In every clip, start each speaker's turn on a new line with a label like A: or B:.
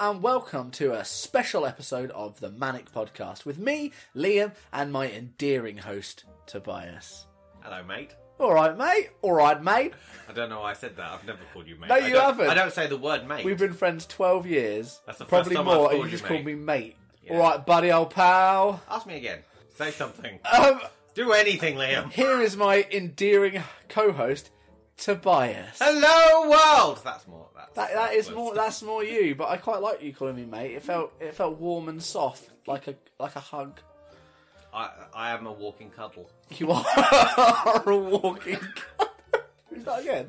A: and welcome to a special episode of the Manic Podcast with me, Liam, and my endearing host, Tobias.
B: Hello, mate.
A: All right, mate. All right, mate.
B: I don't know why I said that. I've never called you mate.
A: No,
B: I
A: you
B: don't-
A: haven't.
B: I don't say the word mate.
A: We've been friends 12 years.
B: That's the first
A: Probably
B: time I've
A: more. and
B: called
A: you
B: you
A: just
B: mate.
A: called me mate.
B: Yeah.
A: All right, buddy, old pal.
B: Ask me again. Say something.
A: Um,
B: Do anything, Liam.
A: here is my endearing co-host, Tobias.
B: Hello, world. That's more. That's,
A: That, that is
B: worse.
A: more. That's more you. But I quite like you calling me mate. It felt it felt warm and soft, like a like a hug.
B: I, I am a walking cuddle.
A: You are a walking. Is that again?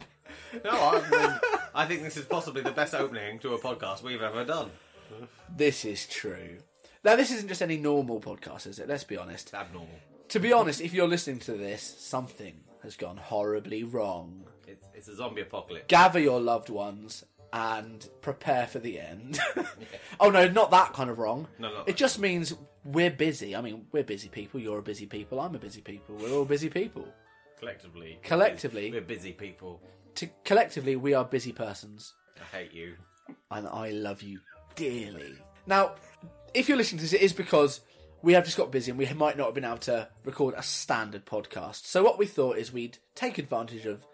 B: No, I'm, I think this is possibly the best opening to a podcast we've ever done.
A: This is true. Now this isn't just any normal podcast, is it? Let's be honest.
B: It's abnormal.
A: To be honest, if you're listening to this, something has gone horribly wrong.
B: It's, it's a zombie apocalypse.
A: gather your loved ones and prepare for the end. oh no, not that kind of wrong.
B: No, not
A: It
B: that.
A: just means we're busy. I mean, we're busy people. You're a busy people. I'm a busy people. We're all busy people.
B: Collectively. we're
A: Collectively.
B: busy- We're busy people.
A: To, collectively, we are busy persons,
B: I hate you.
A: and I love you dearly. Now, if you're listening to this, it is because we have just got busy and we might not have been able to record a standard podcast. So what we thought is we'd take advantage of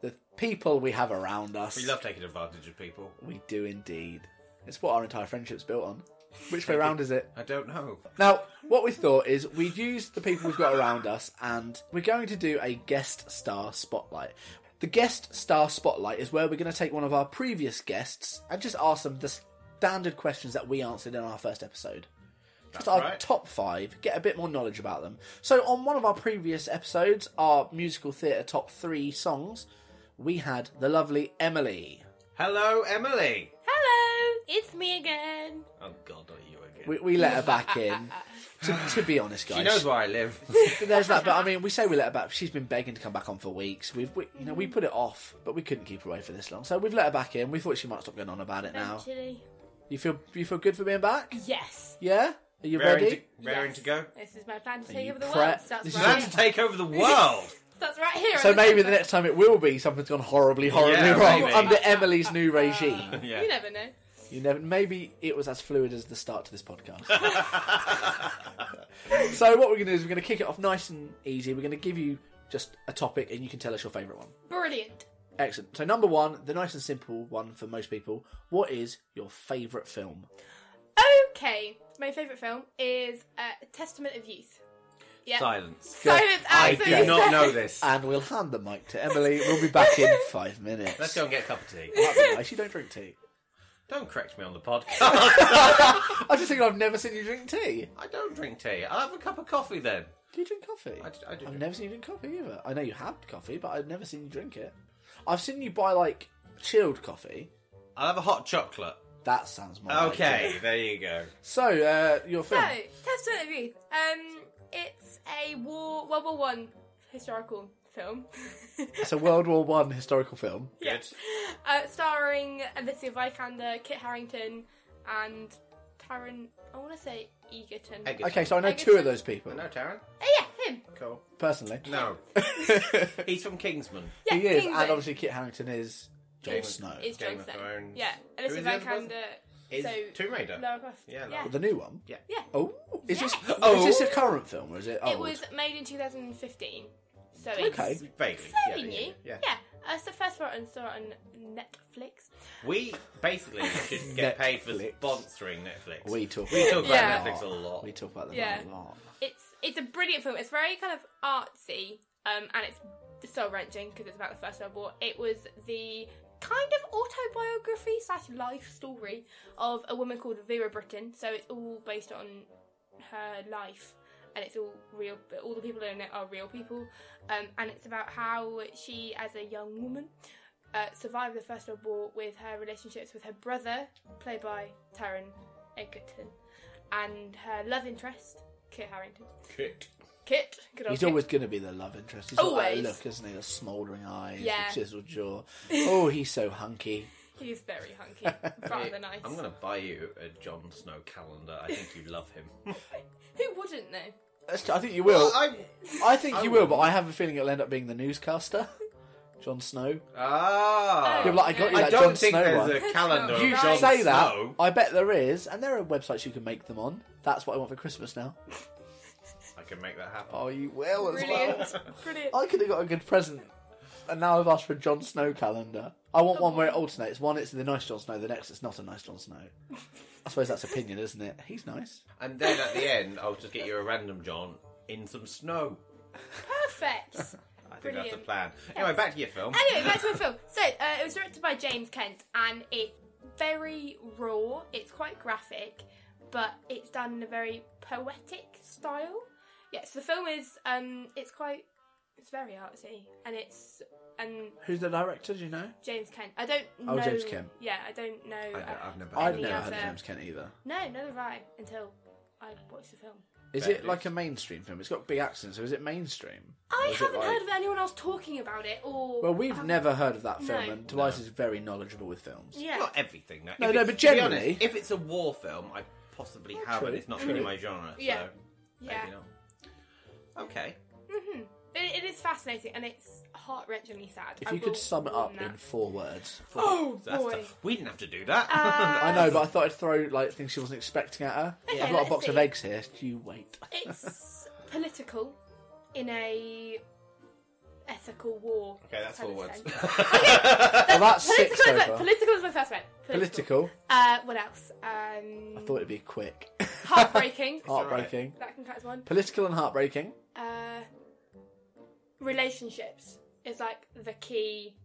A: the people we have around us.
B: We love taking advantage of people.
A: We do indeed. It's what our entire friendship's built on. Which way round is it?
B: I don't know.
A: Now, what we thought is we'd use the people we've got around us and we're going to do a guest star spotlight. The guest star spotlight is where we're going to take one of our previous guests and just ask them the standard questions that we answered in our first episode. Just our
B: right.
A: top five, get a bit more knowledge about them. So, on one of our previous episodes, our musical theatre top three songs, we had the lovely Emily.
B: Hello, Emily.
C: Hello, it's me again.
B: Oh God, not you again.
A: We, we let her back in. to, to be honest, guys,
B: she knows where I live.
A: there's that. But I mean, we say we let her back. She's been begging to come back on for weeks. We've, we, you know, we put it off, but we couldn't keep her away for this long. So we've let her back in. We thought she might stop going on about it now.
C: Eventually.
A: You feel, you feel good for being back?
C: Yes.
A: Yeah. Are you
B: Raring
A: ready?
B: to, raring
C: Yes.
B: to go.
C: This is my plan to
A: you
C: take over the
A: prep-
C: world. Starts
A: this
C: right,
B: Plan
A: is-
B: to take over the world.
C: starts right here.
A: So
C: on this
A: maybe the
C: episode.
A: next time it will be something's gone horribly, horribly
B: Yeah,
A: wrong
B: maybe.
A: under Emily's new regime.
B: yeah.
C: You never know.
A: You never. Maybe it was as fluid as the start to this podcast. so what we're going to do is we're going to kick it off nice and easy. We're going to give you just a topic, and you can tell us your favourite one.
C: Brilliant.
A: Excellent. So number one, the nice and simple one for most people. What is your favourite film?
C: Okay, my favourite film is uh, Testament of Youth. Yeah.
B: Silence.
A: Good.
C: Silence.
B: I
C: absolutely
B: do not
C: silence.
B: know this.
A: And we'll hand the mic to Emily. We'll be back in five minutes.
B: Let's go and get a cup of tea.
A: That'd be nice. You don't drink tea.
B: Don't correct me on the podcast.
A: I was just thinking I've never seen you drink tea.
B: I don't drink tea. I'll have a cup of coffee then.
A: Do you drink coffee?
B: I, d- I do
A: I've
B: drink-
A: never seen you drink coffee either. I know you had coffee, but I've never seen you drink it. I've seen you buy like chilled coffee.
B: I'll have a hot chocolate.
A: That sounds more like
B: Okay,
A: it.
B: there you go.
A: So uh, your
C: So,
A: film.
C: Testament of Youth. Um, it's a war World War One historical film.
A: It's a World War One historical film.
C: Yeah.
B: Good.
C: uh, starring Alicia Vikander, Kit Harrington, and Taryn. I want to say Egerton.
B: Egg-
A: Okay, so I know
C: I guess
A: two of
C: so.
A: those people
B: No, Taryn?
C: Oh, yeah, him.
B: Cool.
A: personally.
B: No. He's from Kingsman.
C: Yeah,
A: he is,
C: Kingsley.
A: and obviously Kit Harrington is Jon
B: James-
A: Snow,
C: It's
B: Game
C: Game
B: of Thrones.
C: Yeah,
B: Who
C: Alyssa
B: is the other person?
C: Vikander.
B: Is
C: So-
B: Tomb Raider.
C: Lara Croft.
B: Yeah,
C: Yeah,
B: Lara
A: the new one.
B: Yeah.
C: yeah.
A: Oh, is
C: Yes.
A: this
B: Oh.
A: is this a current film or is it oh, old?
C: It was made in 2015, so
A: Okay.
C: it's
B: Vaguely.
C: fairly
B: yeah,
C: new.
B: Yeah.
C: yeah. Uh, it's the first one and saw it on Netflix.
B: We basically should get paid for
A: Netflix.
B: sponsoring Netflix.
A: We talk.
B: We talk about
C: Yeah.
B: Netflix a lot.
A: We talk about them
C: Yeah.
A: a lot.
C: It's it's a brilliant film. It's very kind of artsy, um, and it's soul wrenching because it's about the First World War. It was the kind of autobiography slash life story of a woman called Vera Brittain. So it's all based on her life, and it's all real. But all the people in it are real people, um, and it's about how she, as a young woman. Uh, survived the First World War with her relationships with her brother, played by Taryn Egerton, and her love interest, Kit Harrington.
B: Good.
C: Kit. Good old
A: He's
C: Kit.
A: always going to be the love interest. He's got that
C: Always.
A: look, isn't he? The smouldering eyes,
C: Yeah.
A: the chiseled jaw. Oh, he's so hunky.
C: He's very hunky. Rather nice.
B: I'm gonna buy you a Jon Snow calendar. I think you love him.
C: Who wouldn't though?
A: That's- I think you will.
B: I,
A: I think
B: I
A: you will,
B: will.
A: but I have a feeling it'll end up being the newscaster. Jon Snow.
B: Ah.
A: You're like, I got you
B: I
A: that
B: don't
A: Jon
B: think
A: Snow
B: there's
A: one.
B: a calendar.
C: You
B: of Uh, Jon
A: Say that.
B: Snow.
A: I bet there is, and there are websites you can make them on. That's what I want for Christmas now.
B: I can make that happen.
A: Oh, you will as well.
C: Brilliant. Brilliant.
A: I could have got a good present. And now I've asked for a Jon Snow calendar. I want one where it alternates. One, it's the nice Jon Snow. The next, it's not a nice Jon Snow. I suppose that's opinion, isn't it? He's nice.
B: And then at the end, I'll just get you a random John in some snow.
C: Perfect.
B: I think that's
C: Brilliant.
B: the plan. Anyway, back to your film.
C: Anyway, back to the film. So uh, it was directed by James Kent, and it's very raw. It's quite graphic, but it's done in a very poetic style. Yes, the film is um, it's quite, it's very artsy, and it's and
A: Who's the director? Do you know?
C: James Kent. I don't
A: Oh,
C: know.
A: James Kent.
C: Yeah, I don't know.
B: I,
C: uh,
B: have never.
A: I've
B: heard of
C: Any
A: never
B: that.
A: heard of
C: other-
A: James Kent either.
C: no, neither have I until I watched the film.
A: Is
B: Fair
A: it
B: dues.
A: like a mainstream film? It's got big accents, so is it mainstream? Or
C: I
A: is it
C: haven't
A: like-
C: heard of anyone else talking about it or.
A: Well, we've
C: um,
A: never heard of that film,
C: No.
A: and Tobias is very knowledgeable with films.
C: Yeah.
B: Not everything. No,
A: No,
B: If
A: no,
B: it-
A: but
B: to be
A: generally-
B: honest, if it's a war film, I possibly have,
A: true,
B: and it's not really
A: true.
B: my genre.
C: Yeah.
B: So maybe
C: yeah.
B: not. Okay.
C: hmm But it, it is fascinating and it's heart wrenchingly sad.
A: If
C: I
A: you could
C: will
A: sum it
C: warn
A: up
C: that.
A: in four words,
C: Oh,
B: So that's
C: boy.
B: tough. we didn't have to do that.
C: Uh,
A: I know, but I thought I'd throw like things she wasn't expecting at her.
C: Okay,
A: I've got a
C: let's
A: box of
C: see.
A: eggs here. You wait.
C: It's political in a ethical war.
B: okay, that's
C: kind
B: four
C: of
B: words.
C: sense.
A: Well, that's six
C: Political
A: so
C: is, my,
A: far.
C: political is my first one.
A: Political.
C: Uh, what else? Um,
A: I thought it'd be quick.
C: heartbreaking.
A: Oh. heartbreaking.
C: that can count as one.
A: Political and heartbreaking.
C: Uh, relationships is like the key.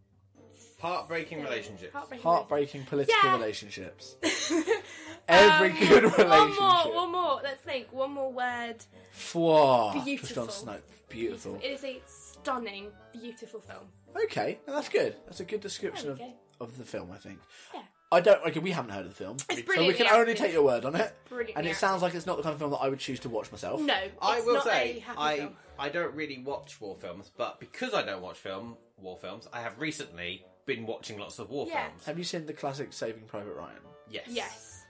B: Heartbreaking relationships.
C: Heartbreaking.
A: Heartbreaking political
C: Yeah.
A: relationships.
C: relationships.
A: Every good
C: Um, One
A: relationship.
C: more, one more. Let's think. One more word.
A: Four.
C: Beautiful.
A: Jon Snow. Beautiful.
C: It is a stunning, beautiful film.
A: Okay, well, that's good. That's a good description
C: There
A: of,
C: we go.
A: of the film, I think.
C: Yeah.
A: I don't. Okay, we haven't heard of the film, so we
C: brilliantly
A: can only
C: acted.
A: take your word on it.
C: brilliantly
A: And it
C: acted.
A: sounds like it's not the kind of film that I would choose to watch myself.
C: No, it's
B: I will
C: not a
B: say,
C: happy
B: I
C: film.
B: I don't really watch war films, but because I don't watch film war films, I have recently been watching lots of war
C: Yeah.
B: films.
A: Have you seen the classic Saving Private Ryan?
B: Yes.
C: Yes.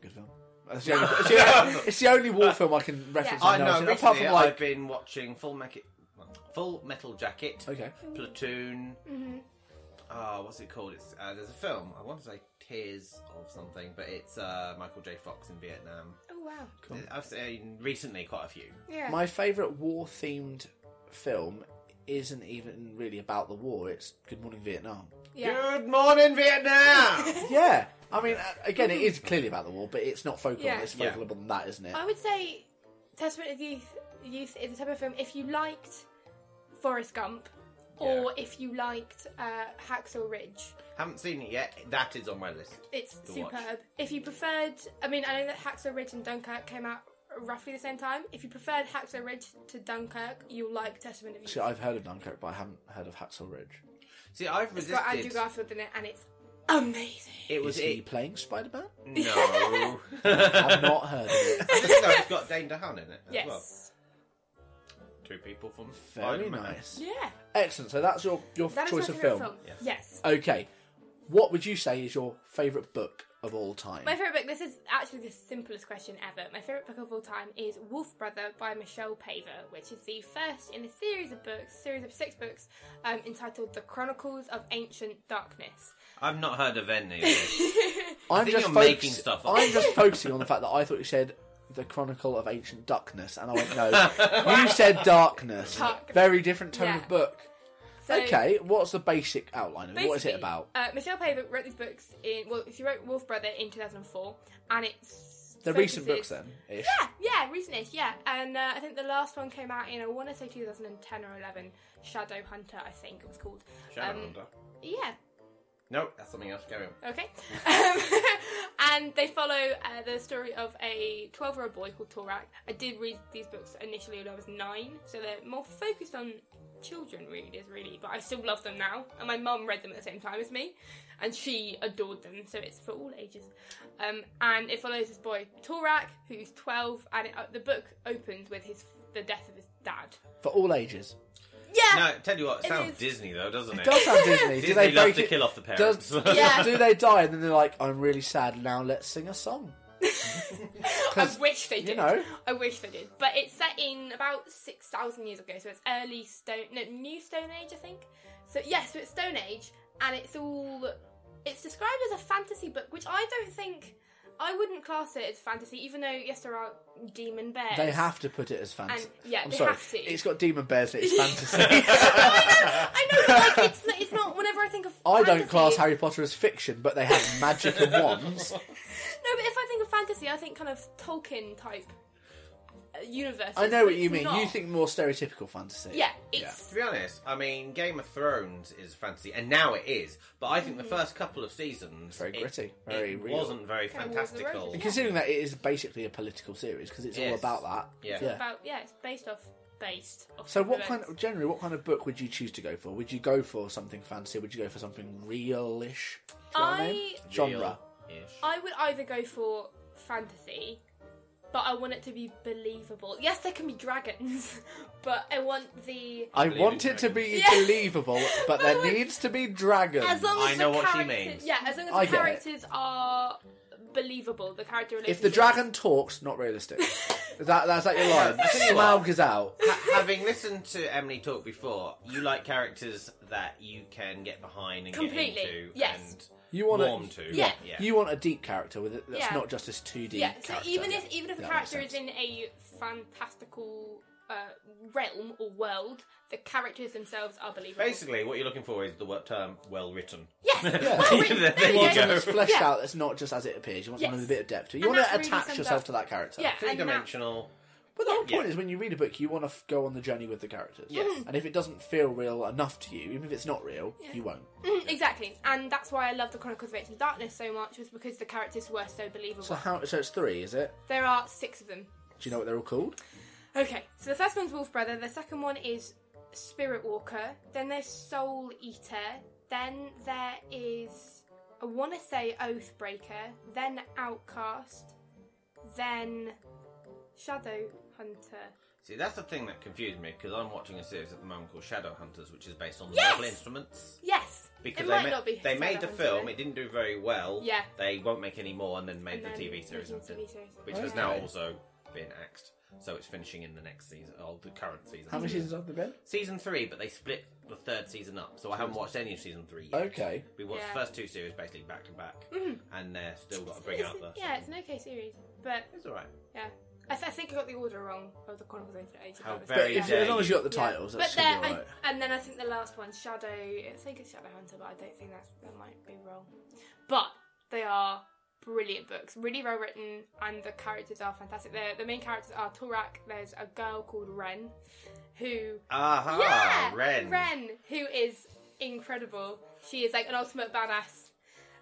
A: Good film. That's the only, it's, the only, it's the only war film I can reference.
C: Yeah.
B: I
A: I know.
B: know.
A: I've seen,
B: Recently,
A: apart from
B: I've
A: like,
B: been watching Full Mecha- Full Metal Jacket,
A: okay,
B: Platoon.
C: Mm-hmm.
B: Ah, what's it called? It's uh, there's a film. I want to say Tears of something, but it's uh, Michael J. Fox in Vietnam.
C: Oh wow.
A: cool.
B: I've seen recently quite a few.
C: Yeah.
A: My favourite war themed film isn't even really about the war. It's Good Morning Vietnam.
C: yeah.
B: Good morning, Vietnam.
A: Yeah. I mean, uh, again, it is clearly about the war, but it's not focal.
C: Yeah. Uh,
A: It's
B: Yeah.
A: focal on that, isn't it?
C: I would say Testament of Youth Youth is the type of film if you liked Forrest Gump or if you liked uh, Hacksaw Ridge.
B: Haven't seen it yet. That is on my list.
C: It's
B: To watch.
C: superb. If you preferred, I mean, I know that Hacksaw Ridge and Dunkirk came out roughly the same time. If you preferred Hacksaw Ridge to Dunkirk, you'll like Testament of Youth.
A: Actually, I've heard of Dunkirk, but I haven't heard of Hacksaw Ridge.
B: See, I've
C: it's
B: resisted.
C: got Andrew Garfield in it, and it's amazing.
B: It
A: Was
B: was
A: is he
B: it.
A: playing Spider Man?
B: No.
A: I've not heard of it.
B: I just know it's got Dane DeHaan in it as
C: Yes.
B: well. Two people from
A: Very
B: Spider-Man.
A: nice.
C: Yeah.
A: Excellent. So that's your your
C: That is
A: choice
C: my
A: of
C: favourite
A: film.
C: Yes.
A: Okay. What would you say is your favourite book of all time?
C: My favourite book, this is actually the simplest question ever. My favourite book of all time is Wolf Brother by Michelle Paver, which is the first in a series of books, series of six books, um, entitled The Chronicles of Ancient Darkness.
B: I've not heard of any of
C: Um,
B: this.
A: I'm
B: think
A: just
B: you're
A: focus-
B: making stuff up.
A: I'm just focusing on the fact that I thought you said the Chronicle of Ancient Duckness, and I went no. you said darkness.
C: Dark.
A: Very different tone
C: Yeah.
A: of book.
C: So,
A: okay. What's the basic outline of it? What is it
C: basically,
A: about?
C: Uh, Michelle Paver wrote these books in, well, she wrote Wolf Brother in 2004, and it's.
A: The recent books
C: focuses-
A: then. Ish.
C: Yeah, yeah, recentish, yeah. And uh, I think the last one came out in, I want to say 2010 or 11, Shadow hunter I think it was called. Um,
B: Shadowrun.
C: Yeah,
B: Nope, that's something else. Carry on.
C: Okay. Um, and they follow uh, the story of a 12 year old boy called Torak. I did read these books initially when I was nine, so they're more focused on children readers, really, but I still love them now. And my mum read them at the same time as me, and she adored them, so it's for all ages. Um, and it follows this boy, Torak, who's 12, and it, uh, the book opens with his the death of his dad.
A: For all ages.
C: Yeah!
B: No, tell you what, it,
C: It
B: sounds
C: is-
B: Disney though, doesn't it?
A: It does sound Disney.
B: Disney
A: Do they
B: love
A: break
B: to
A: it?
B: kill off the parents.
A: Does,
C: Yeah.
A: do they die and then they're like, I'm really sad, now let's sing a song?
C: I
A: 'Cause,
C: wish they
A: you
C: did.
A: know.
C: I wish they did. But it's set in about six thousand years ago, so it's early stone, no, new Stone Age, I think. So yeah, so it's Stone Age, and it's all. It's described as a fantasy book, which I don't think I wouldn't class it as fantasy, even though yes, there are demon bears.
A: They have to put it as fantasy.
C: And- yeah,
A: I'm
C: they
A: sorry.
C: have to.
A: It's got demon bears in it, it's fantasy.
C: I know, I know. but, Like it's, not- it's not. Whenever I think of,
A: I don't
C: fantasy-
A: class Harry Potter as fiction, but they have magic and wands.
C: No, but if I think of fantasy, I think kind of Tolkien type uh, universe.
A: I know what you mean. You think more stereotypical fantasy.
C: Yeah, it's
B: To be honest, I mean, Game of Thrones is fantasy, and now it is. But I think
C: Mm-hmm.
B: the first couple of seasons,
A: Very
B: it-
A: gritty,
B: it
A: very real.
B: wasn't very
C: Kind of Wars of the
B: fantastical.
C: Roses,
A: And considering that it is basically a political series because it's all
B: Yes.
A: about that.
B: Yeah.
C: about yeah, it's based off based. Off
A: So
C: true
A: what
C: events.
A: kind of, generally what kind of book would you choose to go for? Would you go for something fantasy? Would you go for something real-ish? Do you know what I mean?
C: I-
A: genre.
B: Real-ish.
C: I would either go for fantasy, but I want it to be believable. Yes, there can be dragons, but I want the
A: I
B: Believe
A: want
B: in
A: it to be
C: dragons. Yeah.
A: believable, but there needs to be dragons.
C: as long as
B: I know
C: the
B: what she
C: characters,
B: means.
C: yeah, as long as
A: I
C: the
A: get it.
C: characters are believable, the character
A: if the
C: relationships-
A: dragon talks, not realistic. that that's like your line.
B: I tell you what.
A: Smaug is out.
B: Ha- having listened to Emily talk before, you like characters that you can get behind and
C: Completely,
B: get into
C: yes.
B: and
A: You want
B: warm
A: a,
B: to.
A: Yeah.
B: Yeah.
A: You want a deep character with it that's
C: Yeah.
A: not just this two D.
C: Yeah, so even if even if the character is in a fantastical uh, realm or world, the characters themselves are believable.
B: Basically, what you're looking for is the wo- term well written.
C: Yes.
B: There you
C: There you
A: You want
C: go.
A: something that's fleshed
C: Yeah.
A: out that's not just as it appears. You want something with a
C: Yes.
A: bit of depth to it. You
C: And
A: want
C: that
A: to
C: really
A: attach
C: sums
A: yourself
C: up-
A: to that character.
C: Yeah,
B: Three
C: and now-
B: dimensional.
A: But the whole
B: Yeah.
A: point is when you read a book, you want to f- go on the journey with the characters.
B: Yes.
A: And if it doesn't feel real enough to you, even if it's not real, you won't.
C: Mm, exactly, and that's why I love the Chronicles of Ancient Darkness so much, was because the characters were so believable.
A: So how? So it's three, is it?
C: there are six of them.
A: Do you know what they're all called?
C: Okay, so the first one's Wolf Brother, the second one is Spirit Walker, then there's Soul Eater, then there is, I want to say Oathbreaker, then Outcast, then Shadow Hunter.
B: See, that's the thing that confused me because I'm watching a series at the moment called Shadowhunters, which is based on
C: Yes!
B: Mortal Instruments.
C: Yes!
B: Because
C: it
B: they,
C: might
B: ma-
C: not be.
B: they made the
C: Shadowhunter,
B: film,
C: though.
B: it didn't do very well.
C: Yeah.
B: They won't make any more, and then made
C: And
B: the
C: then
B: TV series,
C: making
B: after,
C: TV series.
B: which
A: Oh,
B: has
A: yeah.
B: now
A: Okay.
B: also been axed. So it's finishing in the next season, or the current season.
A: How many seasons have there been?
B: Season three, but they split the third season up, so I haven't watched any of season three yet.
A: Okay.
B: We watched
C: Yeah. Mm-hmm.
B: the first two series basically back to back, and they're still got to bring
C: It's-
B: out the.
C: yeah, it's an okay series, but
B: It's alright.
C: yeah. I, th- I think I got the order wrong of the Chronicles of Ancient Darkness.
B: How
C: but
A: But
B: very
C: yeah.
A: if,
B: dare
A: as long as
B: you.
A: you got the titles,
C: but
A: that's
C: there,
A: all right.
C: I, and then I think the last one, Shadow. I think it's Shadow Hunter, but I don't think that's that might be wrong. But they are brilliant books, really well written, and the characters are fantastic. The the main characters are Torak. There's a girl called Ren, who
A: Ah,
B: Aha!
C: yeah,
B: Ren.
C: who is incredible. She is like an ultimate badass.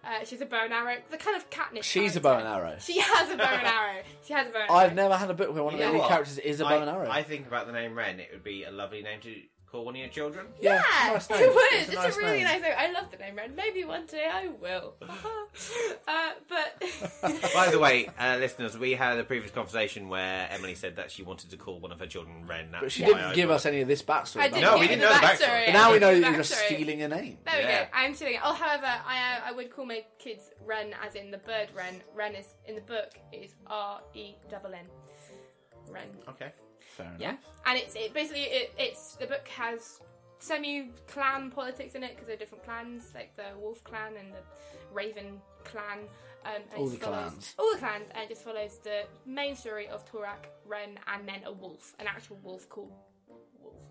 C: Uh, she's a bow and arrow, the kind of catnip.
A: She's a bow
C: character.
A: and arrow.
C: She has a bow and arrow. She has a bow. And
A: I've
C: arrow.
A: never had a book where one of
B: You
A: the
B: know
A: main
B: what?
A: characters is a bow
B: I-
A: and arrow.
B: I think about the name Ren. It would be a lovely name to call one of your children.
A: yeah,
C: Yeah,
A: it's a nice
C: it
A: name.
C: would.
A: It's
C: It's,
A: a
C: a,
A: nice
C: really
A: name.
C: nice name. I love the name Ren. Maybe one day I will. uh, but
B: By the way, uh, listeners, we had a previous conversation where Emily said that she wanted to call one of her children Ren. That's
A: But she
B: why I
A: didn't give
B: brought-
A: us any of this backstory.
C: I
A: about
C: didn't
B: No,
A: that.
B: we
C: give
B: didn't
C: the
B: know the
C: backstory.
B: backstory.
C: I
A: But now we
C: didn't
A: know
C: give
A: that
C: the
A: you're just
C: backstory.
A: stealing a name.
C: There we
B: Yeah.
C: go. I'm stealing it. Oh, however, I I would call my kids Ren, as in the bird Ren. Ren is in the book is R E double N. Ren.
B: Okay.
A: Fair enough.
C: Yeah, and it's it basically it, it's the book has semi clan politics in it because there are different clans like the Wolf Clan and the Raven Clan. Um, and
A: All
C: it
A: the
C: follows-
A: clans.
C: all the clans, and it just follows the main story of Torak, Ren, and then a wolf, an actual wolf called Wolf.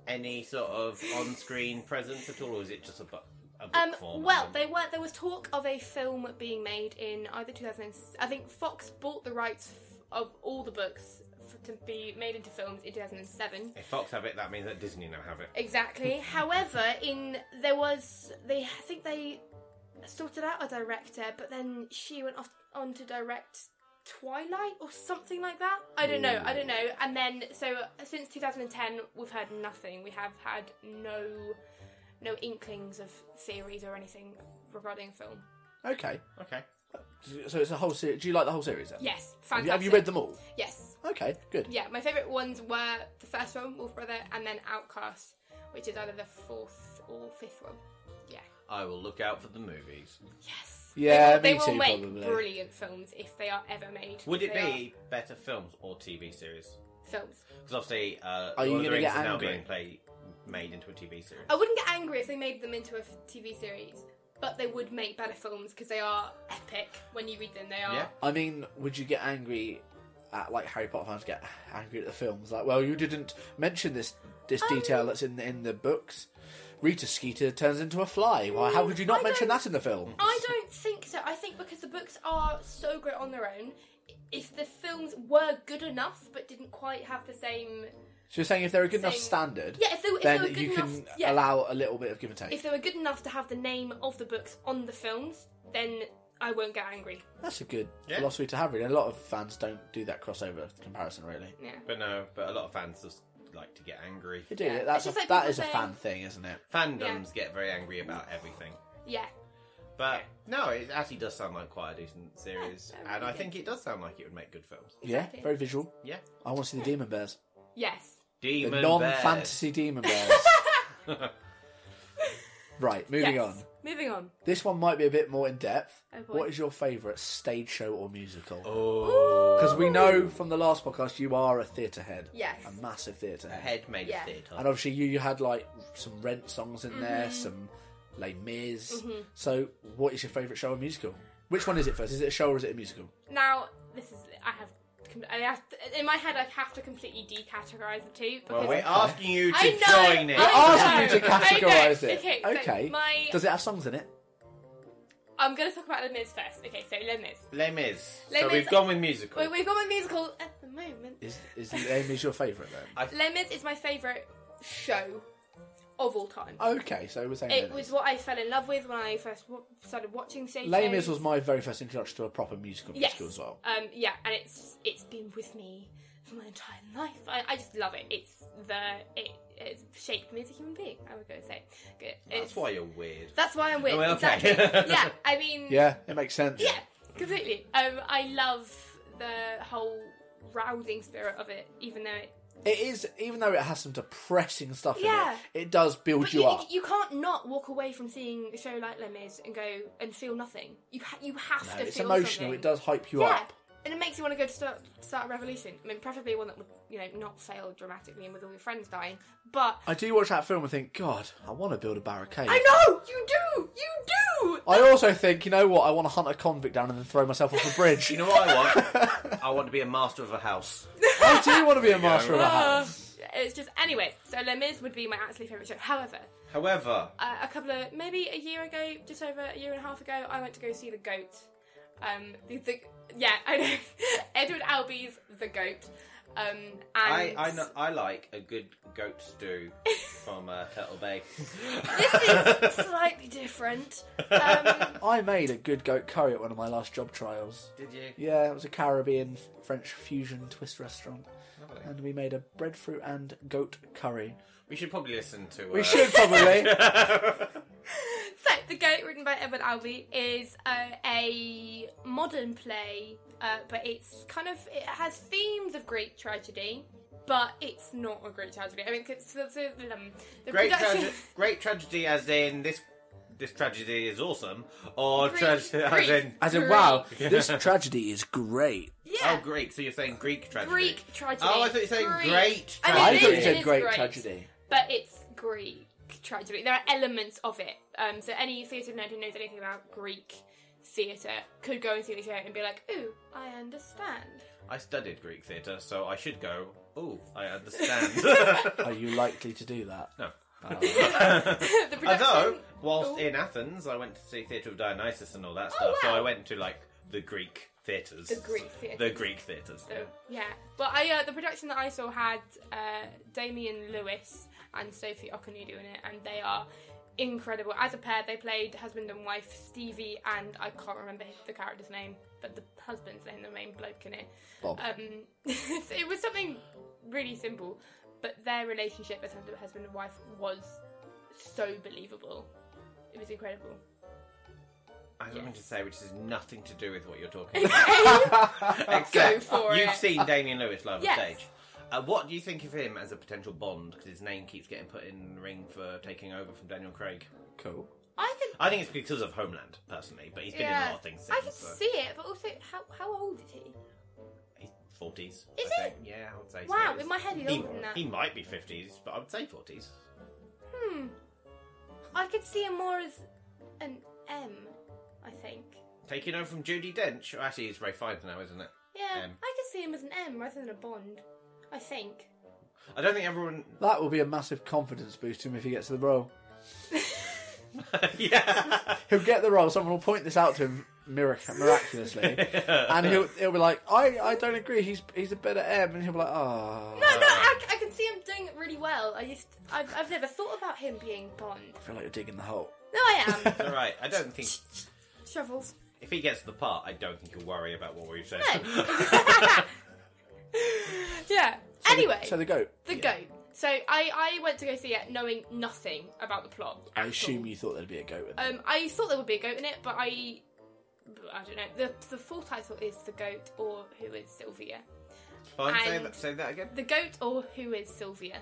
B: Any sort of on-screen presence at all, or is it just a book? A book
C: Um,
B: form?
C: well, they were. There was talk of a film being made in either 2000. I think Fox bought the rights f- of all the books f to be made into films in 2007.
B: If Fox have it, that means that Disney now have it.
C: Exactly. However, in there was they I think they sorted out a director, but then she went off on to direct Twilight or something like that. I don't know. I don't know. And then so since 2010, we've heard nothing. We have had no no inklings of theories or anything regarding film.
A: Okay.
B: Okay.
A: So it's a whole series. Do you like the whole series then?
C: Yes,
A: Have
C: fantastic.
A: you, have you read them all?
C: Yes.
A: Okay, good.
C: Yeah, my favourite ones were the first one, Wolf Brother, and then Outcast, which is either the fourth or fifth one. Yeah.
B: I will look out for the movies.
C: Yes.
A: Yeah,
C: they
A: me too,
C: will, They will make
A: probably.
C: brilliant films if they are ever made.
B: Would it
C: They are
B: be better films or TV series?
C: films?
B: Because obviously, uh,
A: Are you
B: Lord of the
A: gonna
B: Rings
A: get
B: is now
A: angry?
B: being play, made into a TV series.
C: I wouldn't get angry if they made them into a f- TV series, but they would make better films because they are epic. When you read them, they are.
B: Yeah.
A: I mean, would you get angry at like Harry Potter fans get angry at the films? Like, well, you didn't mention this this
C: Um,
A: detail that's in the, in the books. Rita Skeeter turns into a fly. Why? How could you not
C: I
A: mention
C: don't-
A: that in the film?
C: I don't think so. I think because the books are so great on their own, if the films were good enough but didn't quite have the same,
A: So you're saying if they're a good enough
C: Saying-
A: standard,
C: yeah, if they, were- if they were
A: then
C: good
A: you
C: enough,
A: can
C: yeah,
A: allow a little bit of give and take.
C: if they were good enough to have the name of the books on the films, then I won't get angry.
A: That's a good
B: Yeah.
A: philosophy to have. Really, a lot of fans don't do that crossover comparison. Really,
C: Yeah.
B: But no, but a lot of fans just like to get angry.
A: they do.
C: Yeah.
A: That's
C: It's
A: a,
C: just like
A: that
C: people
A: is a
C: saying-
A: fan thing, isn't it?
B: Fandoms get very angry about everything.
C: Yeah.
B: But no, it actually does sound like quite a decent series,
C: Yeah, I
B: and I
C: really
B: think it does sound like it would make good films.
A: Yeah,
C: Exactly.
A: very visual.
B: Yeah.
A: I want to see the demon bears,
C: Yes.
B: Demon
A: the
B: Bears.
A: non-fantasy demon bears. right, moving
C: yes.
A: on.
C: Moving on.
A: This one might be a bit more in depth.
C: Oh, boy.
A: what is your favourite stage show or musical?
B: oh,
A: Because we know from the last podcast you are a theatre head,
C: Yes.
A: a massive theatre
B: a
A: head.
B: head made
C: Yeah.
B: of theatre.
A: And obviously, you, you had like some Rent songs in
C: Mm-hmm.
A: there, some Les Mis. So, what is your favourite show or musical? Which one is it first? Is it a show or is it a musical?
C: Now, this is I have. com- I have to, in my head, I have to completely decategorize the two. Because
B: Well, we're
A: Okay.
B: asking you to
C: I know,
B: join it.
C: I know.
A: Asking Oh, you to
C: I know.
A: categorise it.
C: Okay, so
A: Okay.
C: my-
A: Does it have songs in it?
C: I'm going to talk about Les Mis first. Okay, so Les Mis.
B: Les Mis.
C: Les
B: so
C: Mis-
B: we've gone with musical.
C: We- We've got my musical at the moment.
A: Is is the Les Mis your favourite then?
C: Les Mis is my favourite show of all time.
A: Okay, so we're saying Les
C: It
A: Mis.
C: was what I fell in love with when I first w- started watching stage
A: Les Mis
C: shows.
A: was my very first introduction to a proper musical
C: Yes.
A: musical as well.
C: Um, yeah, and it's it's been with me for my entire life. I, I just love it. It's the it, it's shaped me as a human being. I would go say. Good.
B: That's
C: It's-
B: why you're weird.
C: That's why I'm weird.
B: Oh, well, okay.
C: Exactly. yeah. I mean.
A: Yeah, it makes sense.
C: Yeah. Completely. Um, I love the whole rousing spirit of it, even though it.
A: It is, even though it has some depressing stuff
C: Yeah.
A: in it, it does build
C: But
A: you,
C: you,
A: up.
C: you can't not walk away from seeing a show like Les Mis and go and feel nothing. You ha- you have
A: No,
C: to
A: it's
C: feel
A: emotional,
C: something.
A: it does hype you
C: Yeah,
A: up.
C: and it makes you want to go to start, start a revolution. I mean, preferably one that would, you know, not fail dramatically and with all your friends dying. But
A: I do watch that film and think, God, I want to build a barricade.
C: I know you do, you do.
A: I also think, you know what, I want to hunt a convict down and then throw myself off a bridge.
B: You know what I want? I want to be a master of a house.
A: I do want to be a master of a
C: Uh,
A: house.
C: it's just anyway. So Les Mis would be my absolute favorite show. However,
B: However,
C: uh, a couple of maybe a year ago, just over a year and a half ago, I went to go see The Goat. Um, the, the yeah, I know Edward Albee's The Goat. Um, and
B: I I, kn- I like a good goat stew from uh, Turtle Bay.
C: this is slightly different. Um,
A: I made a good goat curry at one of my last job trials.
B: Did you?
A: Yeah, it was a Caribbean French fusion twist restaurant.
B: Lovely.
A: And we made a breadfruit and goat curry.
B: We should probably listen to. Uh,
A: We should probably.
C: So, The Goat, written by Edward Albee, is uh, a modern play, uh, but it's kind of it has themes of Greek tragedy, but it's not a Greek tragedy. I mean, 'cause the, the, um, the
B: Great,
C: production.
B: trage- great tragedy, as in this. This tragedy is awesome, or
C: Greek-
B: tragedy as
C: Greek.
B: in
A: As in, wow, this tragedy is great.
C: yeah,
B: oh Greek. So you're saying Greek tragedy?
C: Greek tragedy.
B: Oh, I thought you were saying
C: Greek.
B: great
C: I
A: I
B: tragedy.
C: mean,
A: thought
C: it
A: you
C: is
A: said great,
C: great.
A: tragedy.
C: but it's Greek tragedy. There are elements of it. Um, so any theatre nerd who knows anything about Greek theatre could go and see the show and be like, "Ooh, I understand."
B: I studied Greek theatre, so I should go. Ooh, I understand.
A: Are you likely to do that?
B: no.
C: the production.
B: Although, whilst
C: Ooh.
B: in Athens, I went to see Theatre of Dionysus and all that
C: Oh,
B: stuff. So
C: wow.
B: I went to like the Greek theatres.
C: The Greek theatres.
B: The Greek theatres.
C: So yeah, but I uh, the production that I saw had uh, Damian Lewis and Sophie Okonudu in it, and they are incredible as a pair. They played husband and wife Stevie and I can't remember his- the character's name, but the husband's name, the main bloke in it.
A: Bob.
C: Um, it was something really simple, but their relationship as husband- husband and wife was so believable. It was incredible.
B: I was
C: Yes.
B: going to say, which has nothing to do with what you're talking about. Except
C: for
B: you've
C: it.
B: seen Damien Lewis live
C: Yes.
B: on stage. Uh, what do you think of him as a potential Bond? Because his name keeps getting put in the ring for taking over from Daniel Craig.
A: cool.
C: I could
B: I think it's because of Homeland, personally, but he's been in
C: Yeah.
B: a lot of things since.
C: I can
B: so.
C: see it, but also, how, how old is he?
B: He's 40s. Is
C: Is
B: I
C: it?
B: think. Yeah, I would say so.
C: Wow,
B: He's-
C: in my head he's
B: he,
C: older than that.
B: he might be 50s, but I would say 40s.
C: Hmm. I could see him more as an M, I think.
B: Taking over from Judy Dench. Well, actually, it's Ray Fiennes now, isn't it?
C: Yeah,
B: M.
C: I could see him as an M rather than a Bond. I think.
B: I don't think everyone.
A: That will be a massive confidence boost to him if he gets the role.
B: yeah.
A: He'll get the role. Someone will point this out to him mirac- miraculously, and he'll he'll be like, "I, I don't agree. He's he's a better M," and he'll be like, "Oh,
C: No, no, I, I can see him doing it really well. I just, I've, I've never thought about him being Bond.
A: I feel like you're digging the hole."
C: No, I am.
B: All right, I don't think.
C: Shovels.
B: If he gets the part, I don't think he'll worry about what we've said.
C: Yeah.
A: So the-
C: anyway,
A: so the goat.
C: the goat. So I, I went to go see it knowing nothing about the plot.
A: I
C: at
A: assume
C: all.
A: you thought there'd be a goat. In there.
C: Um, I thought there would be a goat in it, but I, I don't know. The the full title is the goat or who is Sylvia.
B: Fine, say,
C: And-
B: that, say that again.
C: The goat or who is Sylvia.